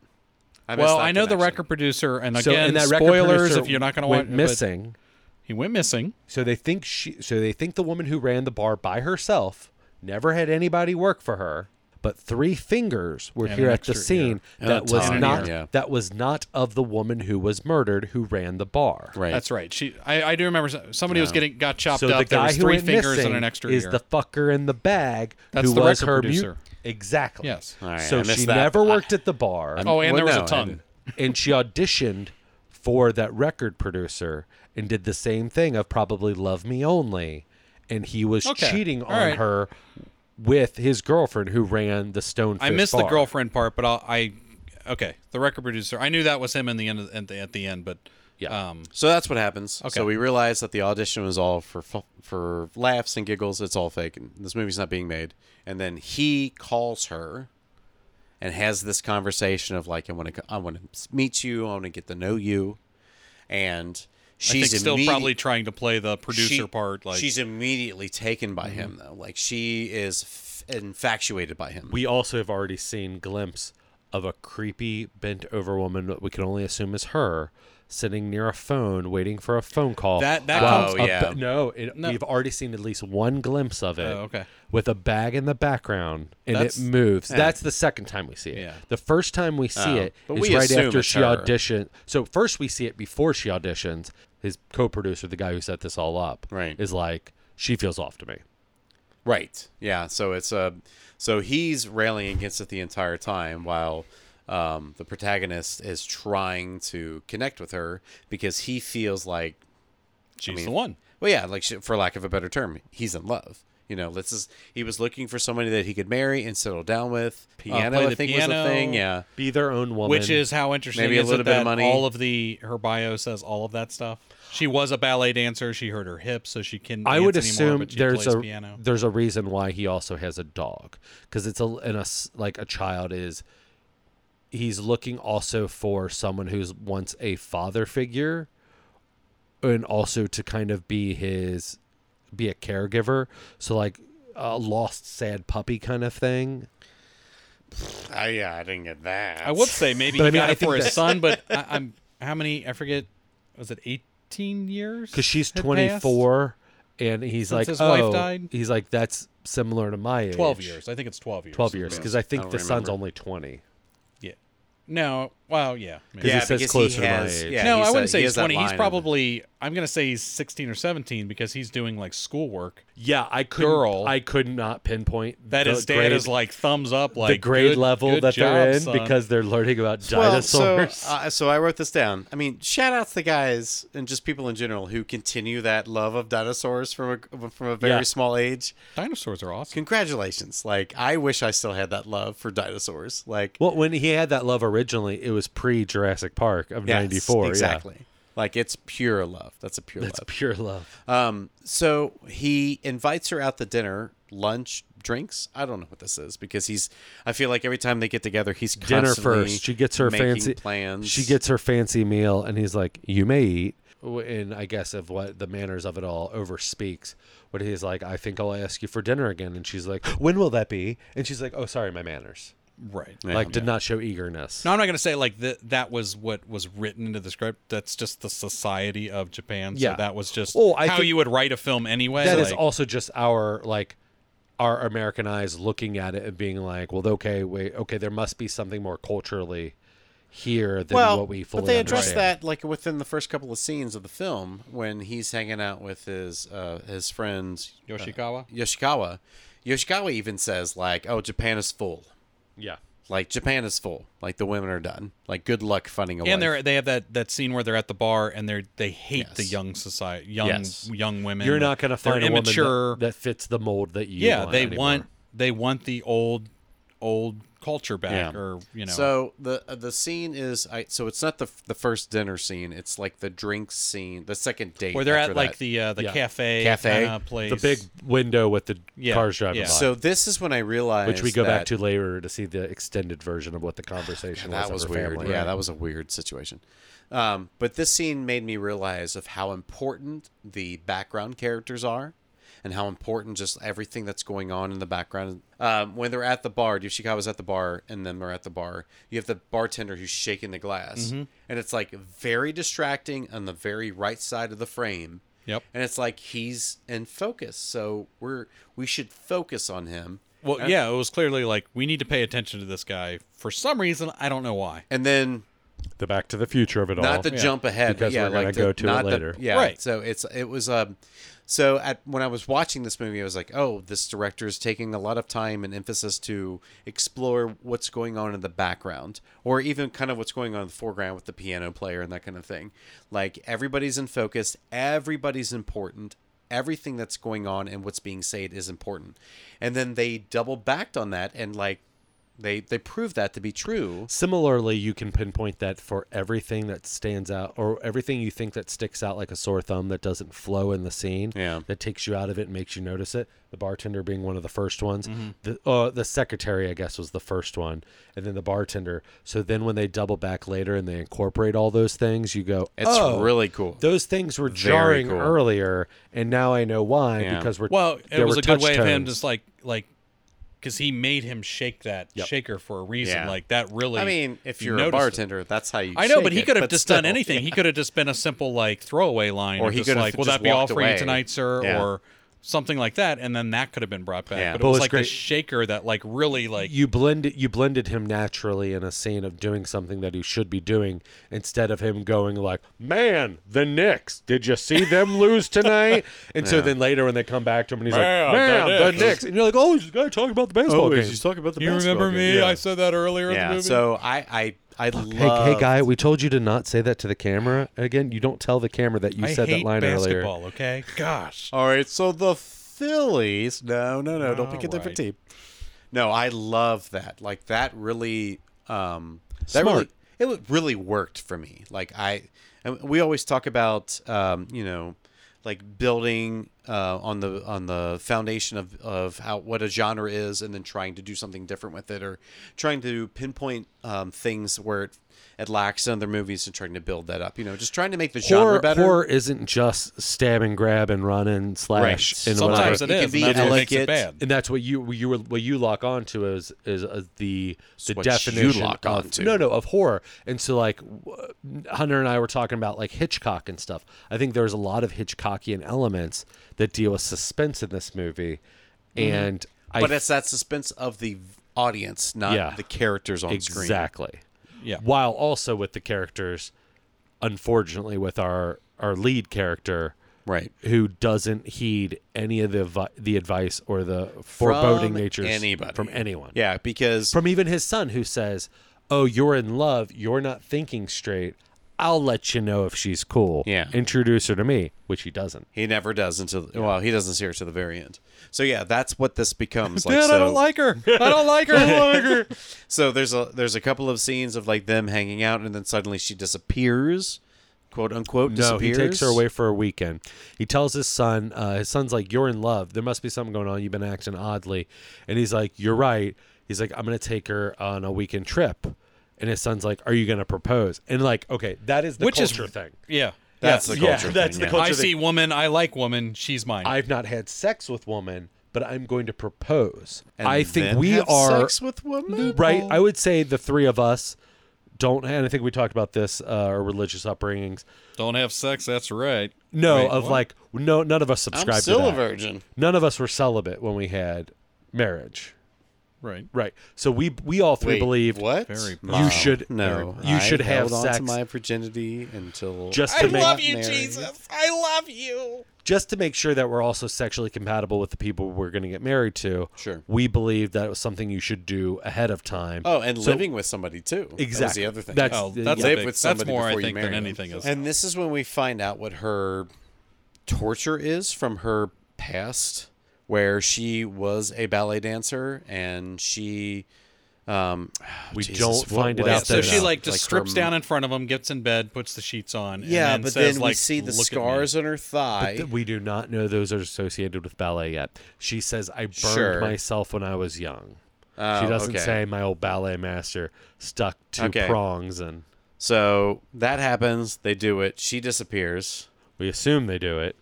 I missed
well,
that
I know the
connection.
record producer, and again,
so and that record
spoilers
producer
if you're not going to watch.
went
but
missing.
He went missing.
So they think she so they think the woman who ran the bar by herself never had anybody work for her, but three fingers were
And
here
an
at the
extra
scene
ear.
And
that
a
was
tongue,
not
yeah.
that was not of the woman who was murdered who ran the bar.
Right.
That's right. She, I, I do remember so- somebody was getting got chopped
So
up.
the
there
guy
was
who
three
went
fingers
missing
and an extra
is
ear.
the fucker in the bag
That's
who
the
was
record
her mu-
producer.
Exactly.
Yes.
All right, I
so she
missed that.
never
I-
worked at the bar,
Oh, and
Well,
there was
no,
a
I
ton.
didn't.
and she auditioned for that record producer and did the same thing of probably "Love Me Only," and he was
Okay.
cheating
All
on
right.
her with his girlfriend who ran the Stone.
I missed the girlfriend part, but I'll, I okay. The record producer. I knew that was him in the end. Of, at the at the end, but
Yeah.
um,
So that's what happens.
Okay.
So we realize that the audition was all for fu- for laughs and giggles. It's all fake. And this movie's not being made. And then he calls her, and has this conversation of like, I want to, I want to meet you. I want to get to know you. And
I
she's
think still
immedi-
probably trying to play the producer
she-
part. Like Mm-hmm.
she's immediately taken by him though. Like she is f- infatuated by him.
We also have already seen glimpse of a creepy bent over woman that we can only assume is her sitting near a phone waiting for a phone call.
That- that
while
comes-
a ba-
yeah.
no, it,
No.
we've already seen at least one glimpse of it.
Oh, okay.
With a bag in the background and
That's-
it moves. That's the second time we see it.
Yeah. Oh.
The first time we see it
but
is
we
right
assume
after
it's
she
her.
auditioned. So first we see it before she auditions. His co-producer, the guy who set this all up,
Right.
is like she feels off to me.
Right. Yeah. So it's uh, so he's railing against it the entire time while um, the protagonist is trying to connect with her because he feels like
she's
mean-
the one.
well, yeah, like sh- for lack of a better term, he's in love. You know, this is he was looking for somebody that he could marry and settle down with. Piano,
Uh, play
I
the
think
piano.
was a thing. Yeah.
Be their own woman.
Which is how interesting.
Maybe a
is it
little bit of
that
money.
All of the her bio says all of that stuff. She was a ballet dancer. She hurt her hips, so she can.
I would
dance
assume
anymore, but she
there's
plays
a
piano.
there's a reason why he also has a dog because it's a and a s- like a child is he's looking also for someone who's once a father figure and also to kind of be his be a caregiver so like a lost sad puppy kind of thing
I, Oh, yeah, I didn't get that.
I would say maybe
But
he
I mean,
got
I
it for
think
his
that-
son, but I, I'm how many? I forget. Was it 18 years?
because she's
had passed?
24 and he's like
his
oh
wife died?
he's like that's similar to my age
12 years. I think it's 12 years.
12 years because I think
don't
the son's
remember.
only 20
Yeah. No. Well, yeah. maybe.
yeah,
it says
because
closer
he
to my
has,
age.
Yeah,
no,
he's
I
a-
wouldn't say
he
he's
has that
20. He's
line in-
probably, I'm going to say he's 16 or 17 because he's doing like schoolwork.
Yeah, I couldn't.
girl.
I could not pinpoint
That
the
his dad
grade,
is like thumbs up,
the
like
grade
good-
level
good
that
job,
they're in
son.
because they're learning about
Well,
dinosaurs.
so, uh, so I wrote this down. I mean, shout outs to guys and just people in general who continue that love of dinosaurs from a from a very
Yeah.
small age.
dinosaurs are awesome.
Congratulations! Like, I wish I still had that love for dinosaurs. Like,
well, when he had that love originally, it was pre Jurassic Park of
yes,
'94.
exactly. Like, it's pure love. That's a pure
that's
love.
pure love.
Um, so he invites her out to dinner, lunch, drinks. I don't know what this is because he's. I feel like every time they get together, he's
Dinner
constantly
first. She gets her
making
fancy
plans.
She gets her fancy meal, and he's like, "You may eat." And I guess of what the manners of it all overspeaks. But he's like, "I think I'll ask you for dinner again," and she's like, "When will that be?" And she's like, "Oh, sorry, my manners."
Right.
like, did not show eagerness.
No, I'm not going to say like that. That was what was written into the script. That's just the society of Japan. So
Yeah.
that was just
Oh, I
how
think-
you would write a film anyway.
That is
like-
also just our like our American eyes looking at it and being like, well, okay, wait, okay, there must be something more culturally here than
well,
what we fully
but they address
understand.
that like within the first couple of scenes of the film when he's hanging out with his uh, his friend uh,
Yoshikawa?
Yoshikawa. Yoshikawa even says like, "Oh, Japan is full.
Yeah.
Like Japan is full. Like the women are done. Like good luck finding a wife."
and they they have that that scene where they're at the bar and they they hate the
Yes.
young society young
Yes.
young women.
You're not going to find
they're
a
immature.
woman that, that fits the mold that you
yeah,
want
they
anymore.
want they want the old old culture back
Yeah.
or you know.
So the uh, the scene is I so it's not the the first dinner scene. It's like the drink scene, the second date.
where they're
after
at like
that.
the uh, the
Yeah.
cafe
Cafe.
kinda place.
the big window with the
Yeah,
cars driving
yeah.
by.
So this is when I realized
which we go back
that-
to later to see the extended version of what the conversation
that was
of her
weird.
family.
Yeah, that was a weird situation. Um, but this scene made me realize of how important the background characters are, and how important just everything that's going on in the background. Um, when they're at the bar, Yoshikawa's at the bar, and then they're at the bar. You have the bartender who's shaking the glass, and it's like very distracting on the very right side of the frame.
Yep.
And it's like he's in focus, so we're we should focus on him.
uh,
Well, yeah, it was clearly like we need to pay attention to this guy for some reason. I don't know why.
And then
the Back to the Future of it all.
not the jump ahead but
Because
yeah
we're gonna
like
go
the,
to it
not the-
later.
yeah
Right.
so it's it was um so at when i was watching this movie i was like oh this director is taking a lot of time and emphasis to explore what's going on in the background or even kind of what's going on in the foreground with the piano player and that kind of thing like everybody's in focus everybody's important everything that's going on and what's being said is important and then they double backed on that and like they they proved that to be true
Similarly, you can pinpoint that for everything that stands out or everything you think that sticks out like a sore thumb that doesn't flow in the scene,
Yeah.
that takes you out of it and makes you notice it. The bartender being one of the first ones.
Mm-hmm.
The uh, the secretary, I guess, was the first one, and then the bartender. So then when they double back later and they incorporate all those things, you go,
it's
"Oh,
really cool
Those things were jarring
cool.
earlier, and now I know why
Yeah.
because we're
Well, it
there
was
were
a good
touch
way of him
tones.
just like like because he made him shake that shaker for a reason.
Yeah.
Like that really.
I mean, if
you
you're a
noticed it.
bartender, that's how you.
I know,
shake
but he
it,
could have just done
still.
anything. He could have just been a simple like throwaway line,
Or
or
he
he could
could've
like, "Will
just
that be all
walked
for
away."
you tonight, sir?"
Yeah.
or something like that, and then that could have been brought back.
Yeah.
But it
But
was
what's
like the
great-
shaker that like really like
you blended you blended him naturally in a scene of doing something that he should be doing instead of him going like, "Man, the Knicks, did you see them lose tonight?" And so then later when they come back to him and he's
Man,
like, "Man,
the
the
Knicks."
Knicks. Oh, and you're like, "Oh, he's got to talk about the baseball game."
talking about the.
You remember me? I said that earlier in the
Yeah.
movie.
So I, I, I
Hey,
love.
hey, guy, we told you to not say that to the camera. Again, you don't tell the camera that you
I
said
hate
that line
basketball.
earlier.
Okay, gosh.
All right, so the Phillies. No, no, no. Don't pick a different team. No, I love that. Like that really. Um, that
Smart.
Really, it really worked for me. Like I, and we always talk about, um, you know, like building uh, on the on the foundation of of how what a genre is, and then trying to do something different with it, or trying to pinpoint um, things where it, it lacks in other movies, and trying to build that up. You know, just trying to make the genre
Horror,
better.
horror isn't just stab and grab and run and slash
Right.
and whatever.
Sometimes
It
it
can
is.
be
and that's what makes
elegant.
it bad.
and that's what you what you were what you lock onto is is uh, the the
what you
definition
lock
of,
onto.
no no of horror and so like w- Hunter and I were talking about like Hitchcock and stuff I think there's a lot of Hitchcockian elements that deal with suspense in this movie and I
Mm-hmm. but it's that suspense of the audience, not
Yeah.
the characters on screen.
exactly
Yeah.
while also with the characters unfortunately with our our lead character
Right.
who doesn't heed any of the advi- the advice or the foreboding nature
anybody.
from anyone
Yeah, because
from even his son who says, "Oh, you're in love. You're not thinking straight. I'll let you know if she's cool.
Yeah.
introduce her to me," which he doesn't.
he never does until well, he doesn't see her to the very end. So yeah, that's what this becomes. like,
Dad,
so,
I don't like her. I don't like her. I don't like her.
so there's a there's a couple of scenes of like them hanging out, and then suddenly she disappears, quote unquote.
No, he
disappears.
takes her away for a weekend. He tells his son, uh, his son's like, "You're in love. There must be something going on. You've been acting oddly," and he's like, "You're right." He's like, "I'm gonna take her on a weekend trip," and his son's like, "Are you gonna propose?" And like, okay, that is the
Which is
culture thing.
Yeah.
That's
yeah.
the
yeah,
culture.
that's
thing,
the
yeah.
I
culture.
see woman. I like woman. She's mine.
I've not had sex with woman, but I'm going to propose.
And
I think
then
we
have
are
sex with women.
right. I would say the three of us don't. And I think we talked about this uh, our religious upbringings.
Don't have sex. That's right.
No,
Wait,
of
what?
like no, none of us
Oh, I'm
subscribe.
still
to
a
that.
virgin.
None of us were celibate when we had marriage.
right.
Right. So we we all three
Wait,
believe
what?
Very
you
Wow.
should
no,
you should
I
have
held on to
sex
my virginity until
just to make
you, Jesus.
I love you.
just to make sure that we're also sexually compatible with the people we're going to get married to.
Sure.
We believe that it was something you should do ahead of time.
Oh, and
So-
living with somebody too. That was
Exactly.
the other thing.
That's-
Oh,
Yeah.
that's, a
live
big,
with
that's
somebody
more, I
before you
think,
marry
than
them.
anything is.
And this is when we find out what her torture is from her past, where she was a ballet dancer and she. Um,
We
Jesus,
don't
what
find it
was
out
Yeah, so
there
she
now.
like just
her
strips
m-
down in front of him, gets in bed, puts the sheets on.
Yeah,
and then
but
says,
then we
like,
see the
"Look at me."
scars on her thigh.
Th- We do not know those are associated with ballet yet. She says, I burned
Sure.
myself when I was young.
Oh,
she doesn't
okay.
say my old ballet master stuck to
Okay.
prongs and
So that happens. They do it. She disappears.
we assume they do it.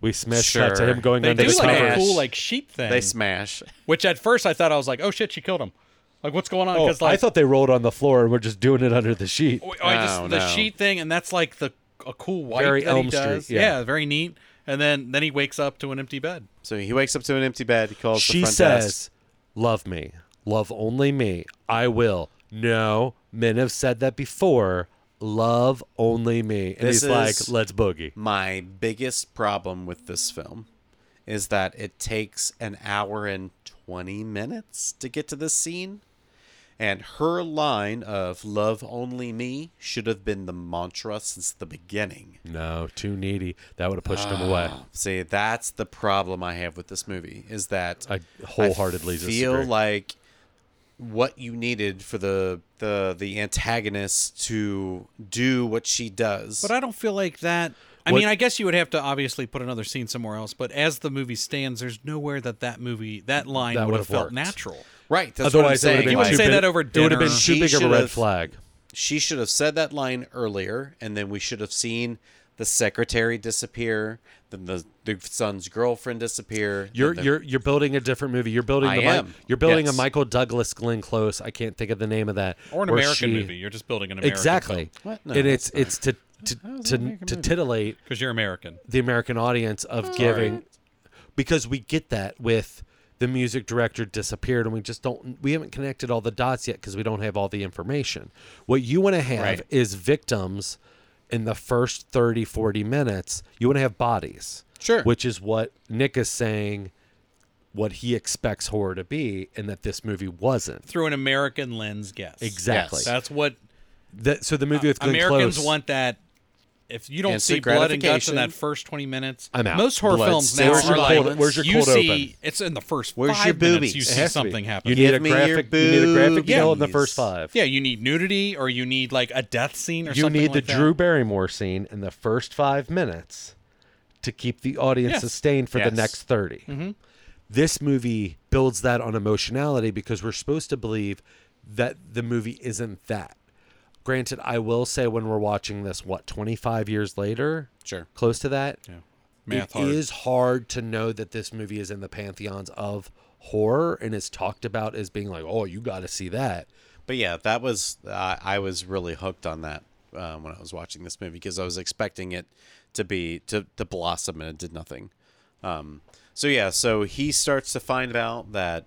We smash cut to
Sure.
him going
They
under
do
the
like a
smash.
covers.
cool like sheep thing,
They smash.
which at first I thought I was like, "Oh shit, she killed him!" Like, what's going on?
Oh,
Because like,
I thought they rolled on the floor and were just doing it under the sheet.
Oh, I just
Oh,
the
no.
sheet thing, and that's like the a cool white
Very
that he
Elm Street,
does.
yeah.
very neat. And then then he wakes up to an empty bed.
So he wakes up to an empty bed. He calls the
She
front
says,
desk.
Love me. Love only me. I will. No, men have said that before. love only me. And
This
he's like,
is-
let's boogie.
My biggest problem with this film is that it takes an hour and 20 minutes to get to this scene. And her line of love only me should have been the mantra since the beginning.
No, too needy. That would have pushed him away.
See, that's the problem I have with this movie is that
I wholeheartedly
feel
disagree.
like what you needed for the the the antagonist to do what she does.
But I don't feel like that. I
What-
mean, I guess you would have to obviously put another scene somewhere else. But as the movie stands, there's nowhere that that movie that line
That
would
would
have
have
felt
worked.
natural.
right, that's what I'm
Otherwise, it would have
saying.
been
You would
like,
too
say
big-
that over
It would have been
dinner.
too
She
big of a
should
red
have-
flag.
she should have said that line earlier, and then we should have seen the secretary disappear, then the the son's girlfriend disappear. then
You're
the-
you're you're building a different movie. You're building
I
the Mi-
am.
you're building
Yes.
a Michael Douglas Glenn Close. I can't think of the name of that.
Or an
where
American
she-
movie. You're just building an American
Exactly.
What? No,
and
that's
it's it's to to to, to titillate
because you're American.
the American audience of
Oh,
giving because we get that with the music director disappeared and we just don't we haven't connected all the dots yet because we don't have all the information. What you want to have
Right.
is victims in the first 30 40 minutes. You want to have bodies.
Sure.
Which is what Nick is saying what he expects horror to be and that this movie wasn't.
through an American lens. Yes,
Exactly.
That's what
That, so the movie with Glenn
Uh, Americans
Close,
want. That if you don't
Instant
see blood and guts
gratification.
in that first twenty minutes,
I'm out.
Most horror
Blood,
films now
sex,
are like,
violence. Where's
your
you
cold
see,
open?
it's in the first
Where's
five
your
minutes
boobies?
you
It
see
has to be.
something happen.
You need
Give
a
me your
graphic. You need a graphic
boobies.
kill in the first five.
yeah, you need nudity or you need like a death scene or
you
something.
need
like
the
that.
Drew Barrymore scene in the first five minutes to keep the audience
Yes. Mm-hmm.
sustained for
Yes.
the next 30. This movie builds that on emotionality because we're supposed to believe that the movie isn't that. Granted, I will say when we're watching this, what, 25 years later?
Sure.
Close to that?
Math
It
hard.
is hard to know that this movie is in the pantheons of horror and is talked about as being like, oh, you got to see that.
But yeah, that was I I was really hooked on that uh, when I was watching this movie because I was expecting it to be to, to blossom and it did nothing. Um, so yeah, so he starts to find out that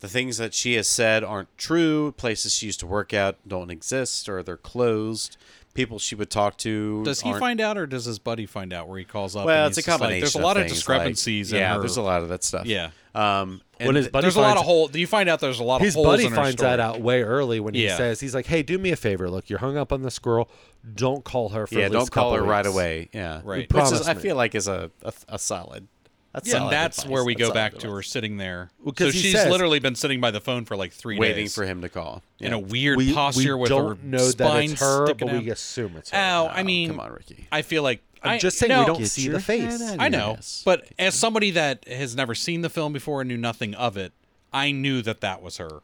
the things that she has said aren't true. Places she used to work at don't exist or they're closed. People she would talk to.
Does he
aren't-
find out or does his buddy find out where he calls up?
Well,
and
it's a
he's just
combination.
Like, there's a
of
lot of
things, like-
discrepancies. in
yeah,
her-
there's a lot of that stuff.
Yeah.
Um, and
When his
th-
buddy
There's a lot
finds-
of hole. You find out there's a lot
his
of holes
buddy
in her
finds
story.
that out way early when he
Yeah.
says he's like hey do me a favor look you're hung up on this girl don't call her for
yeah,
at
don't
least a
call her
couple
right
weeks."
away. Yeah,
Right. You
Which
promised
is, I
me.
feel like is a a, a solid. That's
Yeah,
solid
and that's
advice.
where we
That's
go
solid
back to
advice.
her sitting there.
Well, 'cause
so
he
she's
says-
literally been sitting by the phone for like three
waiting
days
for him to call.
in a weird
we,
posture
we
with
don't
her
know that
spine
it's her
sticking
but we
out.
assume it's her
Ow! I
Oh,
mean,
come on, Ricky.
I feel like
i'm
I-
just saying
no,
we don't see the face
I know, but as somebody that has never seen the film before and knew nothing of it, I knew that that was her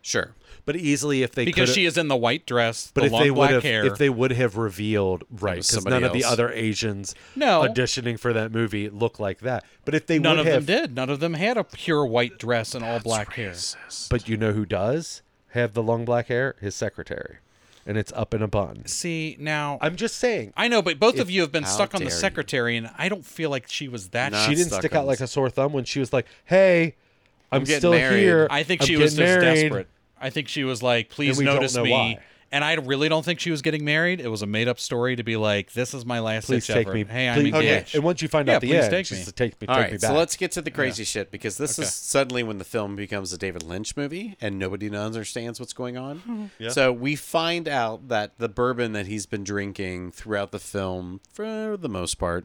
sure.
but easily if they
because
could've-
she is in the white dress,
but
the
if
long
they would
black
have
hair.
if they would have revealed right
was
because
somebody
none of the
else.
other asians
No.
auditioning for that movie look like that but if they
None of
would have
them did. None of them had a pure white dress and all black hair.
but you know who does have the long black hair his secretary and it's up in a bun
See now, i
i'm just saying
know, but both of you have been
how
stuck on the
dare you.
secretary, and I don't feel like she was that.
No.
she
not
didn't
stuck
stick
on
out like a
this.
sore thumb when she was like, "Hey, I'm,
getting
still
married."
here."
I think
I'm
she was just
getting married."
desperate. I think she was like, please
we don't
notice
know
me.
why.
And I really don't think she was getting married. It was a made up story to be like, this is my last
Please
ditch
take
effort.
me.
Hey, I'm
please, okay.
engaged.
And once you find
Yeah,
out the
please
end,
take
she's
me.
like, "Take me,
All
take
right,
me back."
so let's get to the crazy shit because this
Okay.
is suddenly when the film becomes a David Lynch movie and nobody understands what's going on. So we find out that the bourbon that he's been drinking throughout the film, for the most part,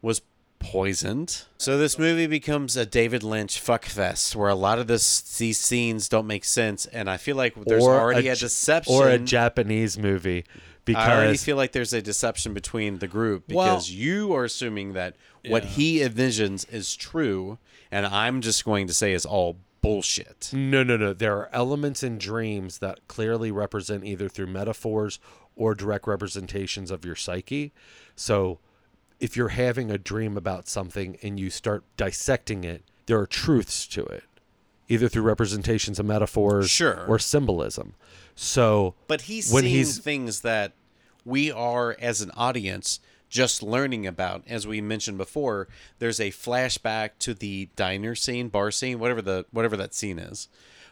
was poisoned. So this movie becomes a David Lynch fuckfest where a lot of this these scenes don't make sense, and I feel like there's already a,
J-
deception
or a Japanese movie because
I already feel like there's a deception between the group
Well-
because you are assuming that what he envisions is true, and I'm just going to say is all bullshit.
no, no, no. There are elements in dreams that clearly represent either through metaphors or direct representations of your psyche. So, if you're having a dream about something and you start dissecting it, there are truths to it. Either through representations of metaphors
Sure.
or symbolism. So
But he's
when
seeing
he's
things that we are as an audience just learning about. As we mentioned before, there's a flashback to the diner scene, bar scene, whatever the whatever that scene is,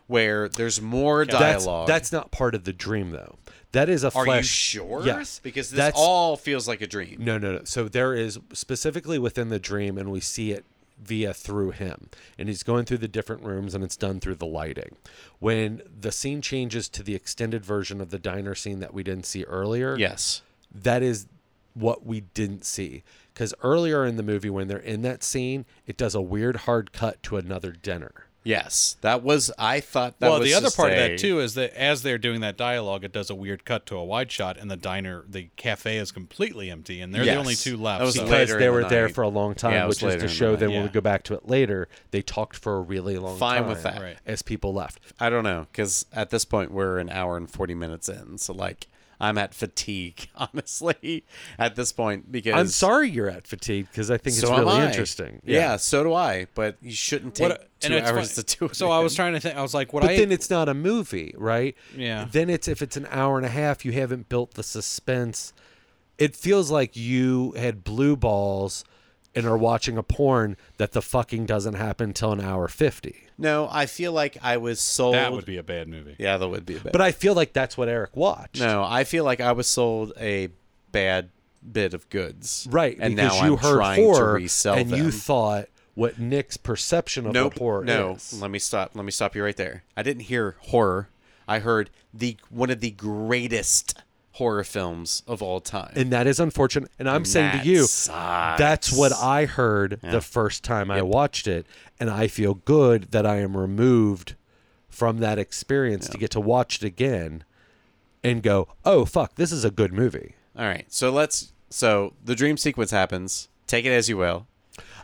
where there's more
That's,
dialogue.
that's not part of the dream though. That is a
Are
flesh.
you sure?
Yes,
Because this
that's
all feels like a dream.
No, no, no. So there is specifically within the dream, and we see it via through him. And he's going through the different rooms, and it's done through the lighting. When the scene changes to the extended version of the diner scene that we didn't see earlier,
Yes.
that is what we didn't see. Because earlier in the movie, when they're in that scene, it does a weird hard cut to another dinner.
Yes. That was I thought that
well,
was
the other
just
part of
a-
that too is that as they're doing that dialogue, it does a weird cut to a wide shot, and the diner, the cafe is completely empty, and they're the only
Yes.
two left.
That was
so-
later
Because
in
they
the
were there
night.
for a long time,
Yeah, it was
which is
later
to
in the
show
night.
them when we
Yeah.
go back to it later, they talked for a really long time.
Fine with that.
Right.
As people left.
I don't know cuz at this point we're an hour and 40 minutes in. So like I'm at fatigue honestly at this point because
I'm sorry you're at fatigue because I think
So
it's
am
really
I.
interesting.
Yeah. so do I, but you shouldn't take
What- and
2
it's
hours
funny-
to do it.
So I was trying to think. I was like, what
But
I
then it's not a movie, right?
Yeah.
Then it's if it's an hour and a half, you haven't built the suspense. It feels like you had blue balls and are watching a porn that the fucking doesn't happen till an hour fifty.
No, I feel like I was sold
that would be a bad movie.
Yeah, that would be a bad.
But I feel like that's what Eric watched.
No, I feel like I was sold a bad bit of goods.
Right.
And
because
now
you
I'm
heard
trying
horror
to resell
and
them.
you thought what Nick's perception of
nope,
the horror
no.
is.
Let me stop. Let me stop you right there. I didn't hear horror. I heard the one of the greatest horror films of all time.
and that is unfortunate. And I'm saying
that
to you,
sucks.
that's what I heard the first time I watched it, and I feel good that I am removed from that experience to get to watch it again and go, oh fuck, this is a good movie.
all right. So let's. So the dream sequence happens. Take it as you will.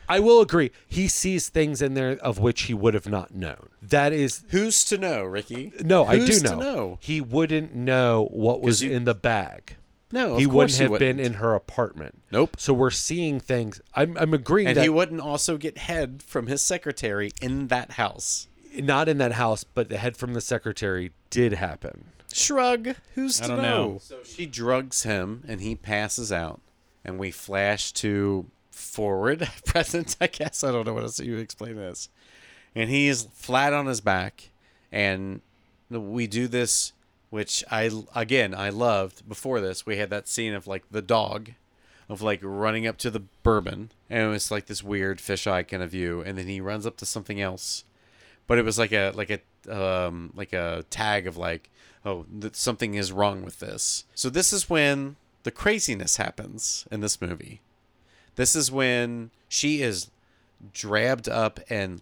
I will agree. He sees things in there of which he would have not known. That is
Who's to know, Ricky?
no, I do
Who's
know.
To know?
He wouldn't know what was
you-
in the bag.
No, of
he
course
wouldn't
he
have
wouldn't.
been in her apartment.
Nope.
So we're seeing things. I'm, I'm agreeing
And
that
he wouldn't also get head from his secretary in that house.
not in that house, but the head from the secretary did happen.
Shrug. Who's
I
to
don't
know?
know.
So she drugs him, and he passes out. And we flash to forward present. I guess I don't know what else you would explain this. And he is flat on his back, and we do this, which I again I loved. Before this, we had that scene of like the dog, of like running up to the bourbon, and it was like this weird fisheye kind of view, and then he runs up to something else but it was like a like a um like a tag of like oh th- something is wrong with this so this is when the craziness happens in this movie this is when she is drabbed up and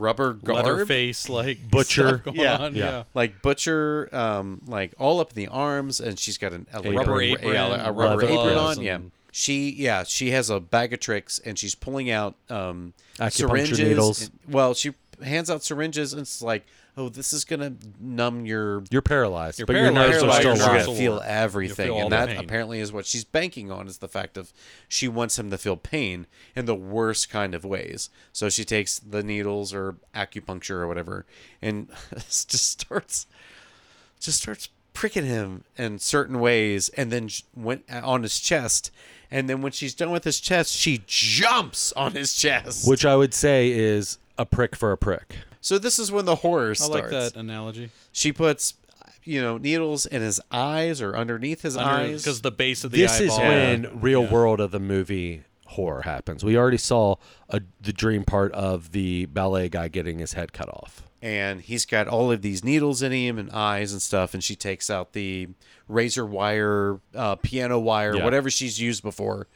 rubber garbed
Leatherface, like
Butcher.
stuff going
Yeah.
on,
Yeah.
yeah.
like butcher um like all up in the arms and she's got an, a
Apron.
rubber
Apron,
yeah, a rubber
leather
apron
gloves
on yeah
and-
she yeah she has a bag of tricks and she's pulling out um
Acupuncture
syringes
needles.
and- well she hands out syringes and it's like oh this is gonna numb your
You're paralyzed,
You're
but
paralyzed,
your nerves
Paralyzed,
but
are
you're
still
gonna
nerves
alive.
will-
feel
You'll feel
everything
all
and
the
that
pain.
apparently is what she's banking on is the fact of she wants him to feel pain in the worst kind of ways so she takes the needles or acupuncture or whatever and just starts just starts pricking him in certain ways and then j- went uh, on his chest and then when she's done with his chest she jumps on his chest
Which I would say is a prick for a prick.
so this is when the horror
I
starts
like that analogy
she puts uh, you know needles in his eyes or underneath his eyes
because the base of the
this
eyeball.
is when real world of the movie horror happens. We already saw a, the dream part of the ballet guy getting his head cut off.
and he's got all of these needles in him and eyes and stuff and she takes out the razor wire uh, piano wire
Yeah.
whatever she's used before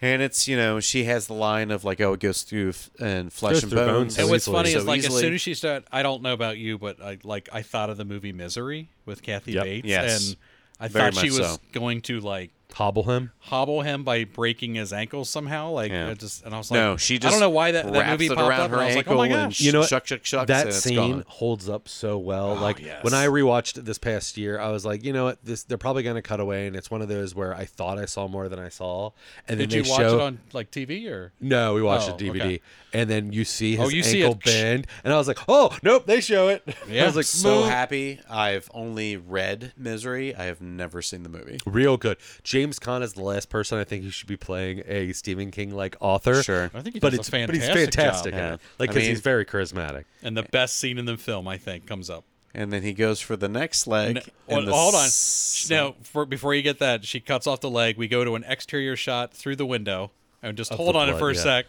and it's you know she has the line of like oh it goes through f- and flesh
Goes
and
through
bones,
bones
And
so
what's
easily.
funny is
So
like as
easily.
soon as she started, I don't know about you, but I like I thought of the movie Misery with Kathy
Yep.
Bates,
Yes.
and I
Very
thought she
much
was
so.
going to like
Hobble him.
hobble him by breaking his ankle somehow. Like
Yeah.
I just and I was like,
no she just
I don't know why that, that
wraps
movie
it
popped
around
up.
her
and I was like,
ankle
oh my
and
gosh,
You know what?
shuck shuck shucks and
that
it's
scene
gone.
holds up so well. like
yes.
when I rewatched it this past year, I was like, you know what? This they're probably going to cut away, and it's one of those where I thought I saw more than I saw, and
did
then
you
they
watch
show
it on like TV or?
No, we watched
Oh,
the DVD,
okay.
and then you see his
Oh, you see
ankle
it.
bend, and I was like, "Oh, nope, they show it." I
Yeah.
was like,
so
"Move."
happy i've only read misery i have never seen the movie
real good." J. James Caan is the last person I think he should be playing a Stephen King like author.
Sure.
I think he
but
does a
it's but he's
fantastic job.
fantastic at
Yeah.
it. Like
I
because
mean-
he's very charismatic.
And the best scene in the film, I think, comes up.
And then he goes for the next leg.
No,
and the
hold on.
s-
now, for, before you get that, she cuts off the leg. We go to an exterior shot through the window, and just hold
the
on it
blood,
for a
yeah.
sec,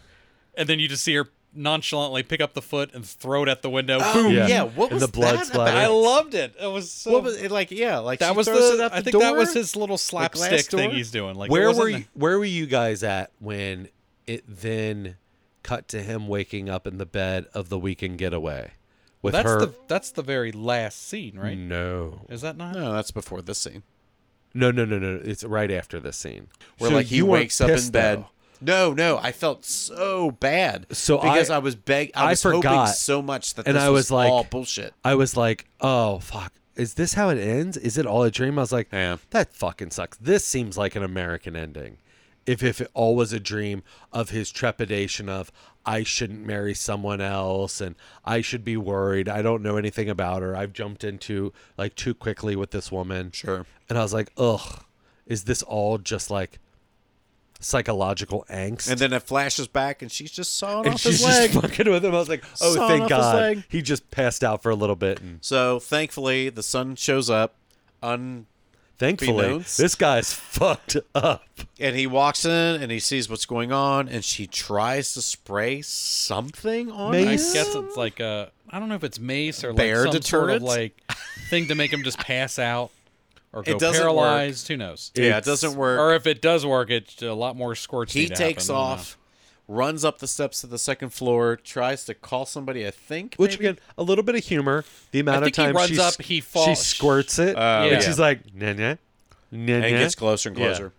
and then you just see her nonchalantly pick up the foot and throw it at the window. Boom!
yeah.
Yeah.
What
And
was
the blood
that
splatter.
about?
I loved it. It was so.
What was it like? Yeah, like
that
she
was
throws
the.
it out
I
the
think that was
door?
his little
glass
slapstick thing
door?
he's doing. Like it
where
wasn't
were
a-
you, where were you guys at when it then cut to him waking up in the bed of the weekend getaway with
That's
her?
the that's the very last scene, right?
Hmm.
no,
Is that not?
No, that's before this scene.
no, no, no, no. It's right after this scene
Where
So
like he
you weren't
wakes up in
pissed,
bed.
though.
No, no, I felt so bad.
So
because
I-
I, was beg, I,
I
was
forgot.
hoping so much that
And
this
I was like-
all bullshit.
I was like, oh fuck, is this how it ends? Is it all a dream? I was like,
Yeah.
that fucking sucks. This seems like an American ending. If if it all was a dream of his trepidation of I shouldn't marry someone else and I should be worried. I don't know anything about her. I've jumped into like too quickly with this woman.
Sure.
And I was like, ugh, is this all just like psychological angst?
And then it flashes back, and she's just sawing
and
off
she's
his leg.
just fucking with him. I was like, oh,
Sawing off
thank
his
God.
leg.
He just passed out for a little bit and
so thankfully, the son shows up, un,
Thankfully,
Unbeknownst.
this guy's fucked up.
and he walks in, and he sees what's going on, and she tries to spray something on
Mace?
I
him.
guess it's like uh, I don't know if it's mace or
Bear
like some sort of
deterrent?
like thing to make him just pass out or go
doesn't work.
paralyzed. Who knows?
yeah, it
It's-
doesn't work.
or if it does work, it's a lot more squirts.
He
need to
takes
happen. uh, I don't
off, runs up the steps to the second floor, tries to call somebody. I think.
Which
maybe?
again, a little bit of humor. The amount of
think he
time
runs
she,
up, he
she
falls-
squirts it, and
yeah.
she's like, nah, nah, nah,
Oh, and it
nah."
Mm-hmm.
gets closer and
Yeah.
closer.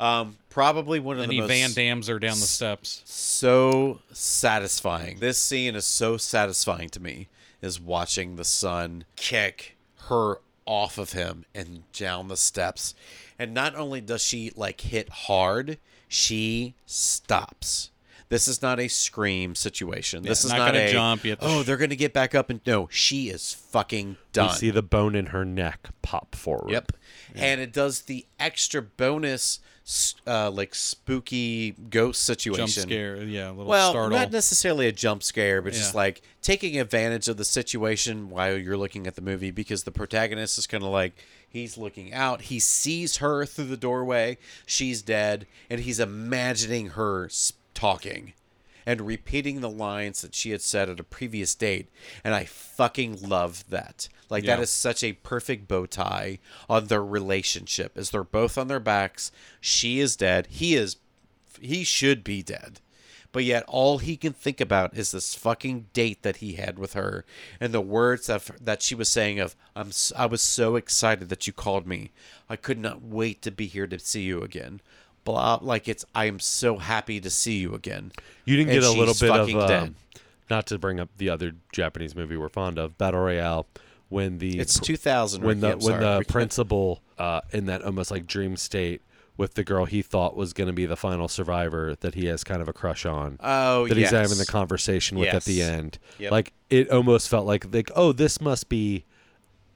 Um, probably one of
know. And
the
he
most
Van Dams her down the steps.
so satisfying. This scene is so satisfying to me. Is watching the son kick her off of him and down the steps, and not only does she like hit hard, she stops. This is not a scream situation. this is
not
not,
gonna
a
jump, you have to
oh,
sh-
they're gonna get back up and no, she is fucking
You
done.
see the bone in her neck pop forward.
Yep. And it does the extra bonus, s- uh, like spooky ghost situation.
Jump scare. Yeah, a little
Well,
startle.
not necessarily a jump scare, but just
Yeah.
like taking advantage of the situation while you're looking at the movie because the protagonist is kind of like, he's looking out. He sees her through the doorway. She's dead. And he's imagining her s- talking and repeating the lines that she had said at a previous date. And I fucking love that. Like,
Yeah.
that is such a perfect bow tie on their relationship as they're both on their backs. She is dead. He is he should be dead. But yet all he can think about is this fucking date that he had with her and the words of that she was saying of I'm s- I was so excited that you called me. I could not wait to be here to see you again. Blah like it's I am so happy to see you again.
You didn't
And
get a little
she's
bit of,
fucking dead.
um, not to bring up the other Japanese movie we're fond of, Battle Royale, when the
It's
pr-
2000,
when the
Ricky, I'm
when
sorry.
the
We can't-
principal uh, in that almost like dream state with the girl he thought was going to be the final survivor that he has kind of a crush on.
Oh,
that he's having the
yes.
conversation with at the
Yes.
end.
Yep.
Like it almost felt like like oh this must be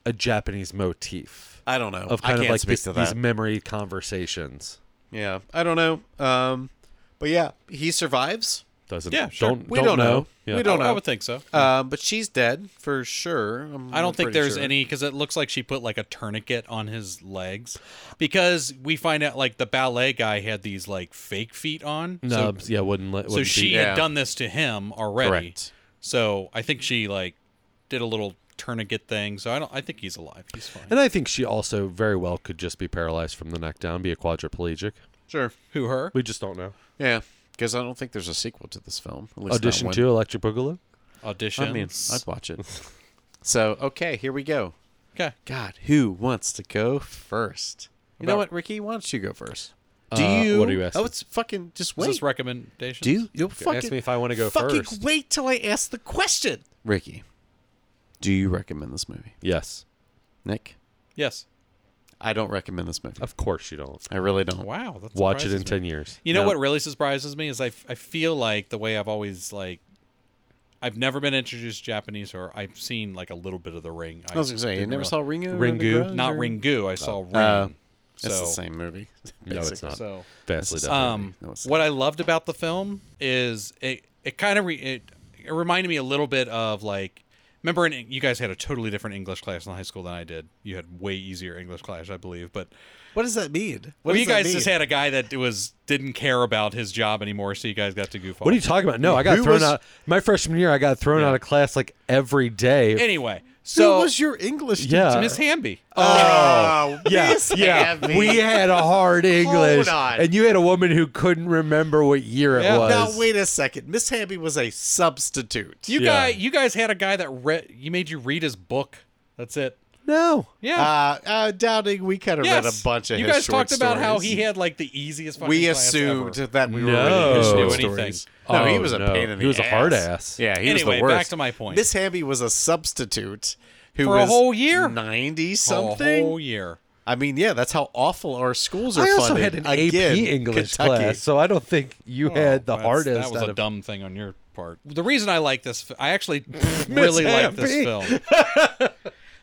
a Japanese motif
I don't know.
of
Oh, I
kind of
can't
like
speak
this-
to
these
that.
memory conversations.
yeah. I don't know. Um but yeah, he survives.
Doesn't
Yeah, sure.
don't
We
don't,
don't
know.
know.
Yeah.
We don't
I, I
know.
would think so.
Um, but she's dead for sure. I'm,
I don't
I'm
think
pretty
there's
sure.
any because it looks like she put like a tourniquet on his legs because we find out like the ballet guy had these like fake feet on. so,
No, yeah, wouldn't let.
so
wouldn't
she
be-
Yeah.
had done this to him already.
Correct.
So I think she like did a little tourniquet thing. So I don't. I think he's alive. He's fine.
And I think she also very well could just be paralyzed from the neck down, be a quadriplegic.
Sure.
Who her?
We just don't know.
Yeah, because I don't think there's a sequel to this film. At least not
Audition
one.
to Electric Boogaloo.
Audition.
I mean, I'd watch it. so okay, here we go.
okay.
God, who wants to go first? You know what, Ricky? Why don't you go first? Do
Uh,
you?
what are you asking?
Oh, it's fucking. Just
Is
wait.
this recommendation?
Do you? You'll fucking
ask me if I want to go
fucking
first.
Wait till I ask the question. Ricky, do you recommend this movie?
Yes,
Nick,
Yes.
I don't recommend this movie.
of course you don't.
I really don't.
Wow. That
Watch it in
surprises me.
ten years.
You know
No.
what really surprises me is I, f- I feel like the way I've always like I've never been introduced to Japanese or I've seen like a little bit of the ring.
I was gonna say you
didn't
never
realize-
saw Ringo.
Ringu? Oh.
not Ringu. I saw Ring.
Uh,
So,
it's the same movie.
No, it's
basically.
not.
So,
Vastly different.
um,
No, it's
what I loved about the film is it it kind of re, it, it reminded me a little bit of like remember in, you guys had a totally different English class in high school than I did. You had way easier English class, I believe, but
What does that mean? What
well,
does
you
that
guys
mean?
just had a guy that was didn't care about his job anymore, so you guys got to goof off.
What are you talking about? No, I got
Who
thrown
was-
out. My freshman year, I got thrown out of class like every day.
Anyway,
Who
so
was your English
yeah.
Miss Hamby.
Oh,
Yes, yeah. We had a hard English,
on.
and you had a woman who couldn't remember what year
Yeah.
it was.
Now wait a second. Miss Hamby was a substitute.
you
yeah.
guy, you guys had a guy that read. You made you read his book. That's it.
No.
Yeah.
uh, uh, doubting we kind of read a
Yes.
bunch of
You
his
guys
short
talked about how
stories.
he had like the easiest. fucking
we
class
assumed
ever.
that we were
No.
reading his short
Do anything.
stories. No, he
Oh,
was a
no.
pain in the
He was a hard ass.
Yeah, he was
Anyway,
the worst.
back to my point.
Miss Hamby was a substitute who
For a
was
whole year?
ninety
a
something.
whole year.
I mean, yeah, that's how awful our schools are
I also
funded.
had an
Again,
AP English
Kentucky.
class, so I don't think you had the
That's-
hardest.
That was
out
a
of-
dumb thing on your part. The reason I like this, fi- I actually really like this
Hamby.
film.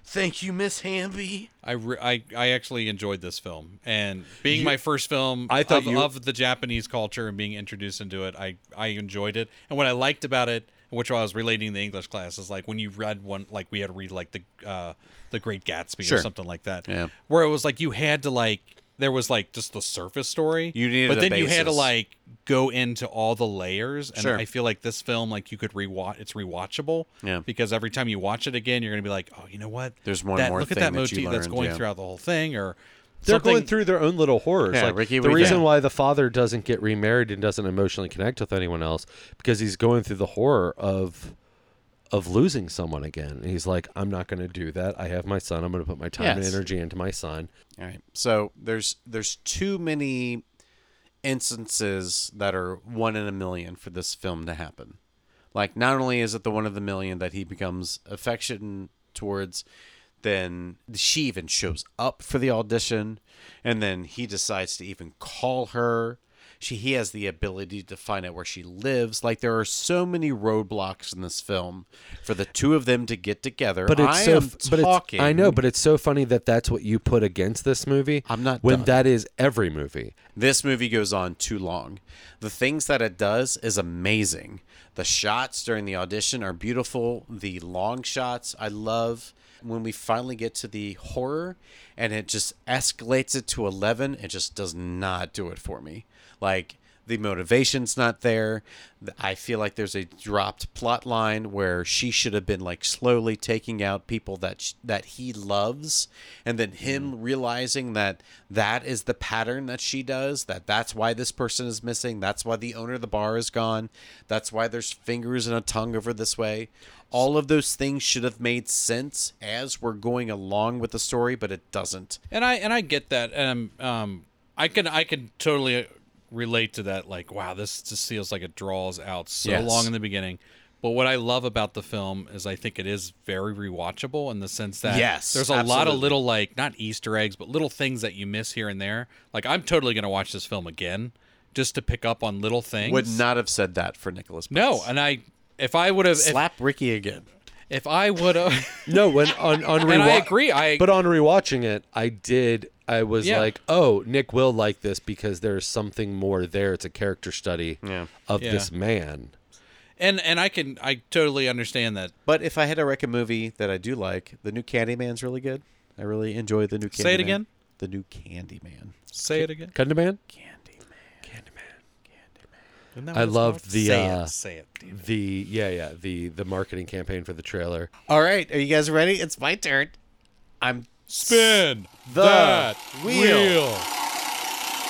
Thank you, Miss Hamby.
I, re- I I actually enjoyed this film, and being my first film,
I thought
of,
you-
of the Japanese culture and being introduced into it, I I enjoyed it. And what I liked about it, which I was relating the English class, is like when you read one, like we had to read like the uh, the Great Gatsby
Sure.
or something like that,
Yeah.
where it was like you had to like there was like just the surface story,
You needed
but
a
then you had to
basis.
like go into all the layers, and
Sure.
I feel like this film like you could rewatch, it's rewatchable,
Yeah.
because every time you watch it again, you're gonna be like, oh, you know what,
There's one
that,
more
look
thing
at that
that
motif
you
that's
learned,
going
yeah.
throughout the whole thing or
They're
something-
going through their own little horrors.
Yeah,
like,
Ricky,
the
we
reason
did.
why the father doesn't get remarried and doesn't emotionally connect with anyone else because he's going through the horror of of losing someone again. And he's like, I'm not going to do that. I have my son. I'm going to put my time and
Yes.
energy into my son.
All right. So there's there's too many instances that are one in a million for this film to happen. Like not only is it the one of the million that he becomes affection towards, then she even shows up for the audition, and then he decides to even call her. She he has the ability to find out where she lives. Like there are so many roadblocks in this film for the two of them to get together.
But it's
I
so.
am
but
talking.
It's, I know, but it's so funny that that's what you put against this movie.
I'm not
when
done.
that is every movie.
This movie goes on too long. The things that it does is amazing. The shots during the audition are beautiful. The long shots, I love. When we finally get to the horror and it just escalates it to 11, it just does not do it for me. Like, the motivation's not there. Th- I feel like there's a dropped plot line where she should have been like slowly taking out people that sh- that he loves, and then
Mm.
him realizing that that is the pattern that she does. That that's why this person is missing. That's why the owner of the bar is gone. That's why there's fingers and a tongue over this way. All of those things should have made sense as we're going along with the story, but it doesn't.
and i and i get that and um, um i can i can totally uh, relate to that like wow this just feels like it draws out so
Yes.
long in the beginning but what i love about the film is i think it is very rewatchable in the sense that
Yes,
there's a lot of
absolutely.
little like not easter eggs but little things that you miss here and there like i'm totally gonna watch this film again just to pick up on little things
Would not have said that for Nicholas.
no and i if i would have if,
slap Ricky again.
if i would have
No, when on on
And I
rewa-
agree, I-
but on rewatching it, I did. I was
Yeah.
like, oh, Nick will like this because there's something more there. It's a character study of
Yeah.
this man.
and and I can I totally understand that.
But if I had to rec a movie that I do like, the new Candyman's really good. I really enjoy the new Candyman.
Say it again.
The new Candyman.
Say it again.
Kind of man. I loved the
say
uh,
it. Say it.
the yeah yeah the the marketing campaign for the trailer.
All right, are you guys ready? It's my turn. I'm
Spin
The that wheel. wheel.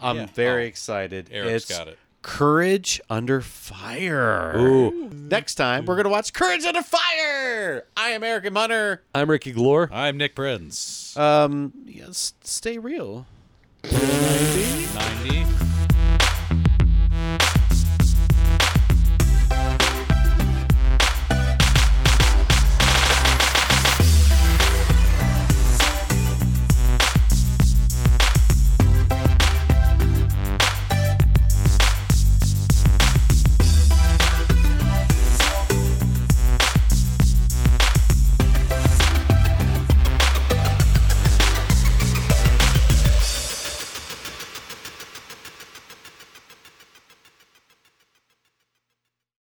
I'm
Yeah.
very
Oh.
excited.
Eric's
It's
got it.
Courage Under Fire. Next time we're gonna watch Courage Under Fire. I am Eric Munner.
I'm Ricky Glore.
I'm Nick
Uh,
Prince.
Um, yes, stay real.
90.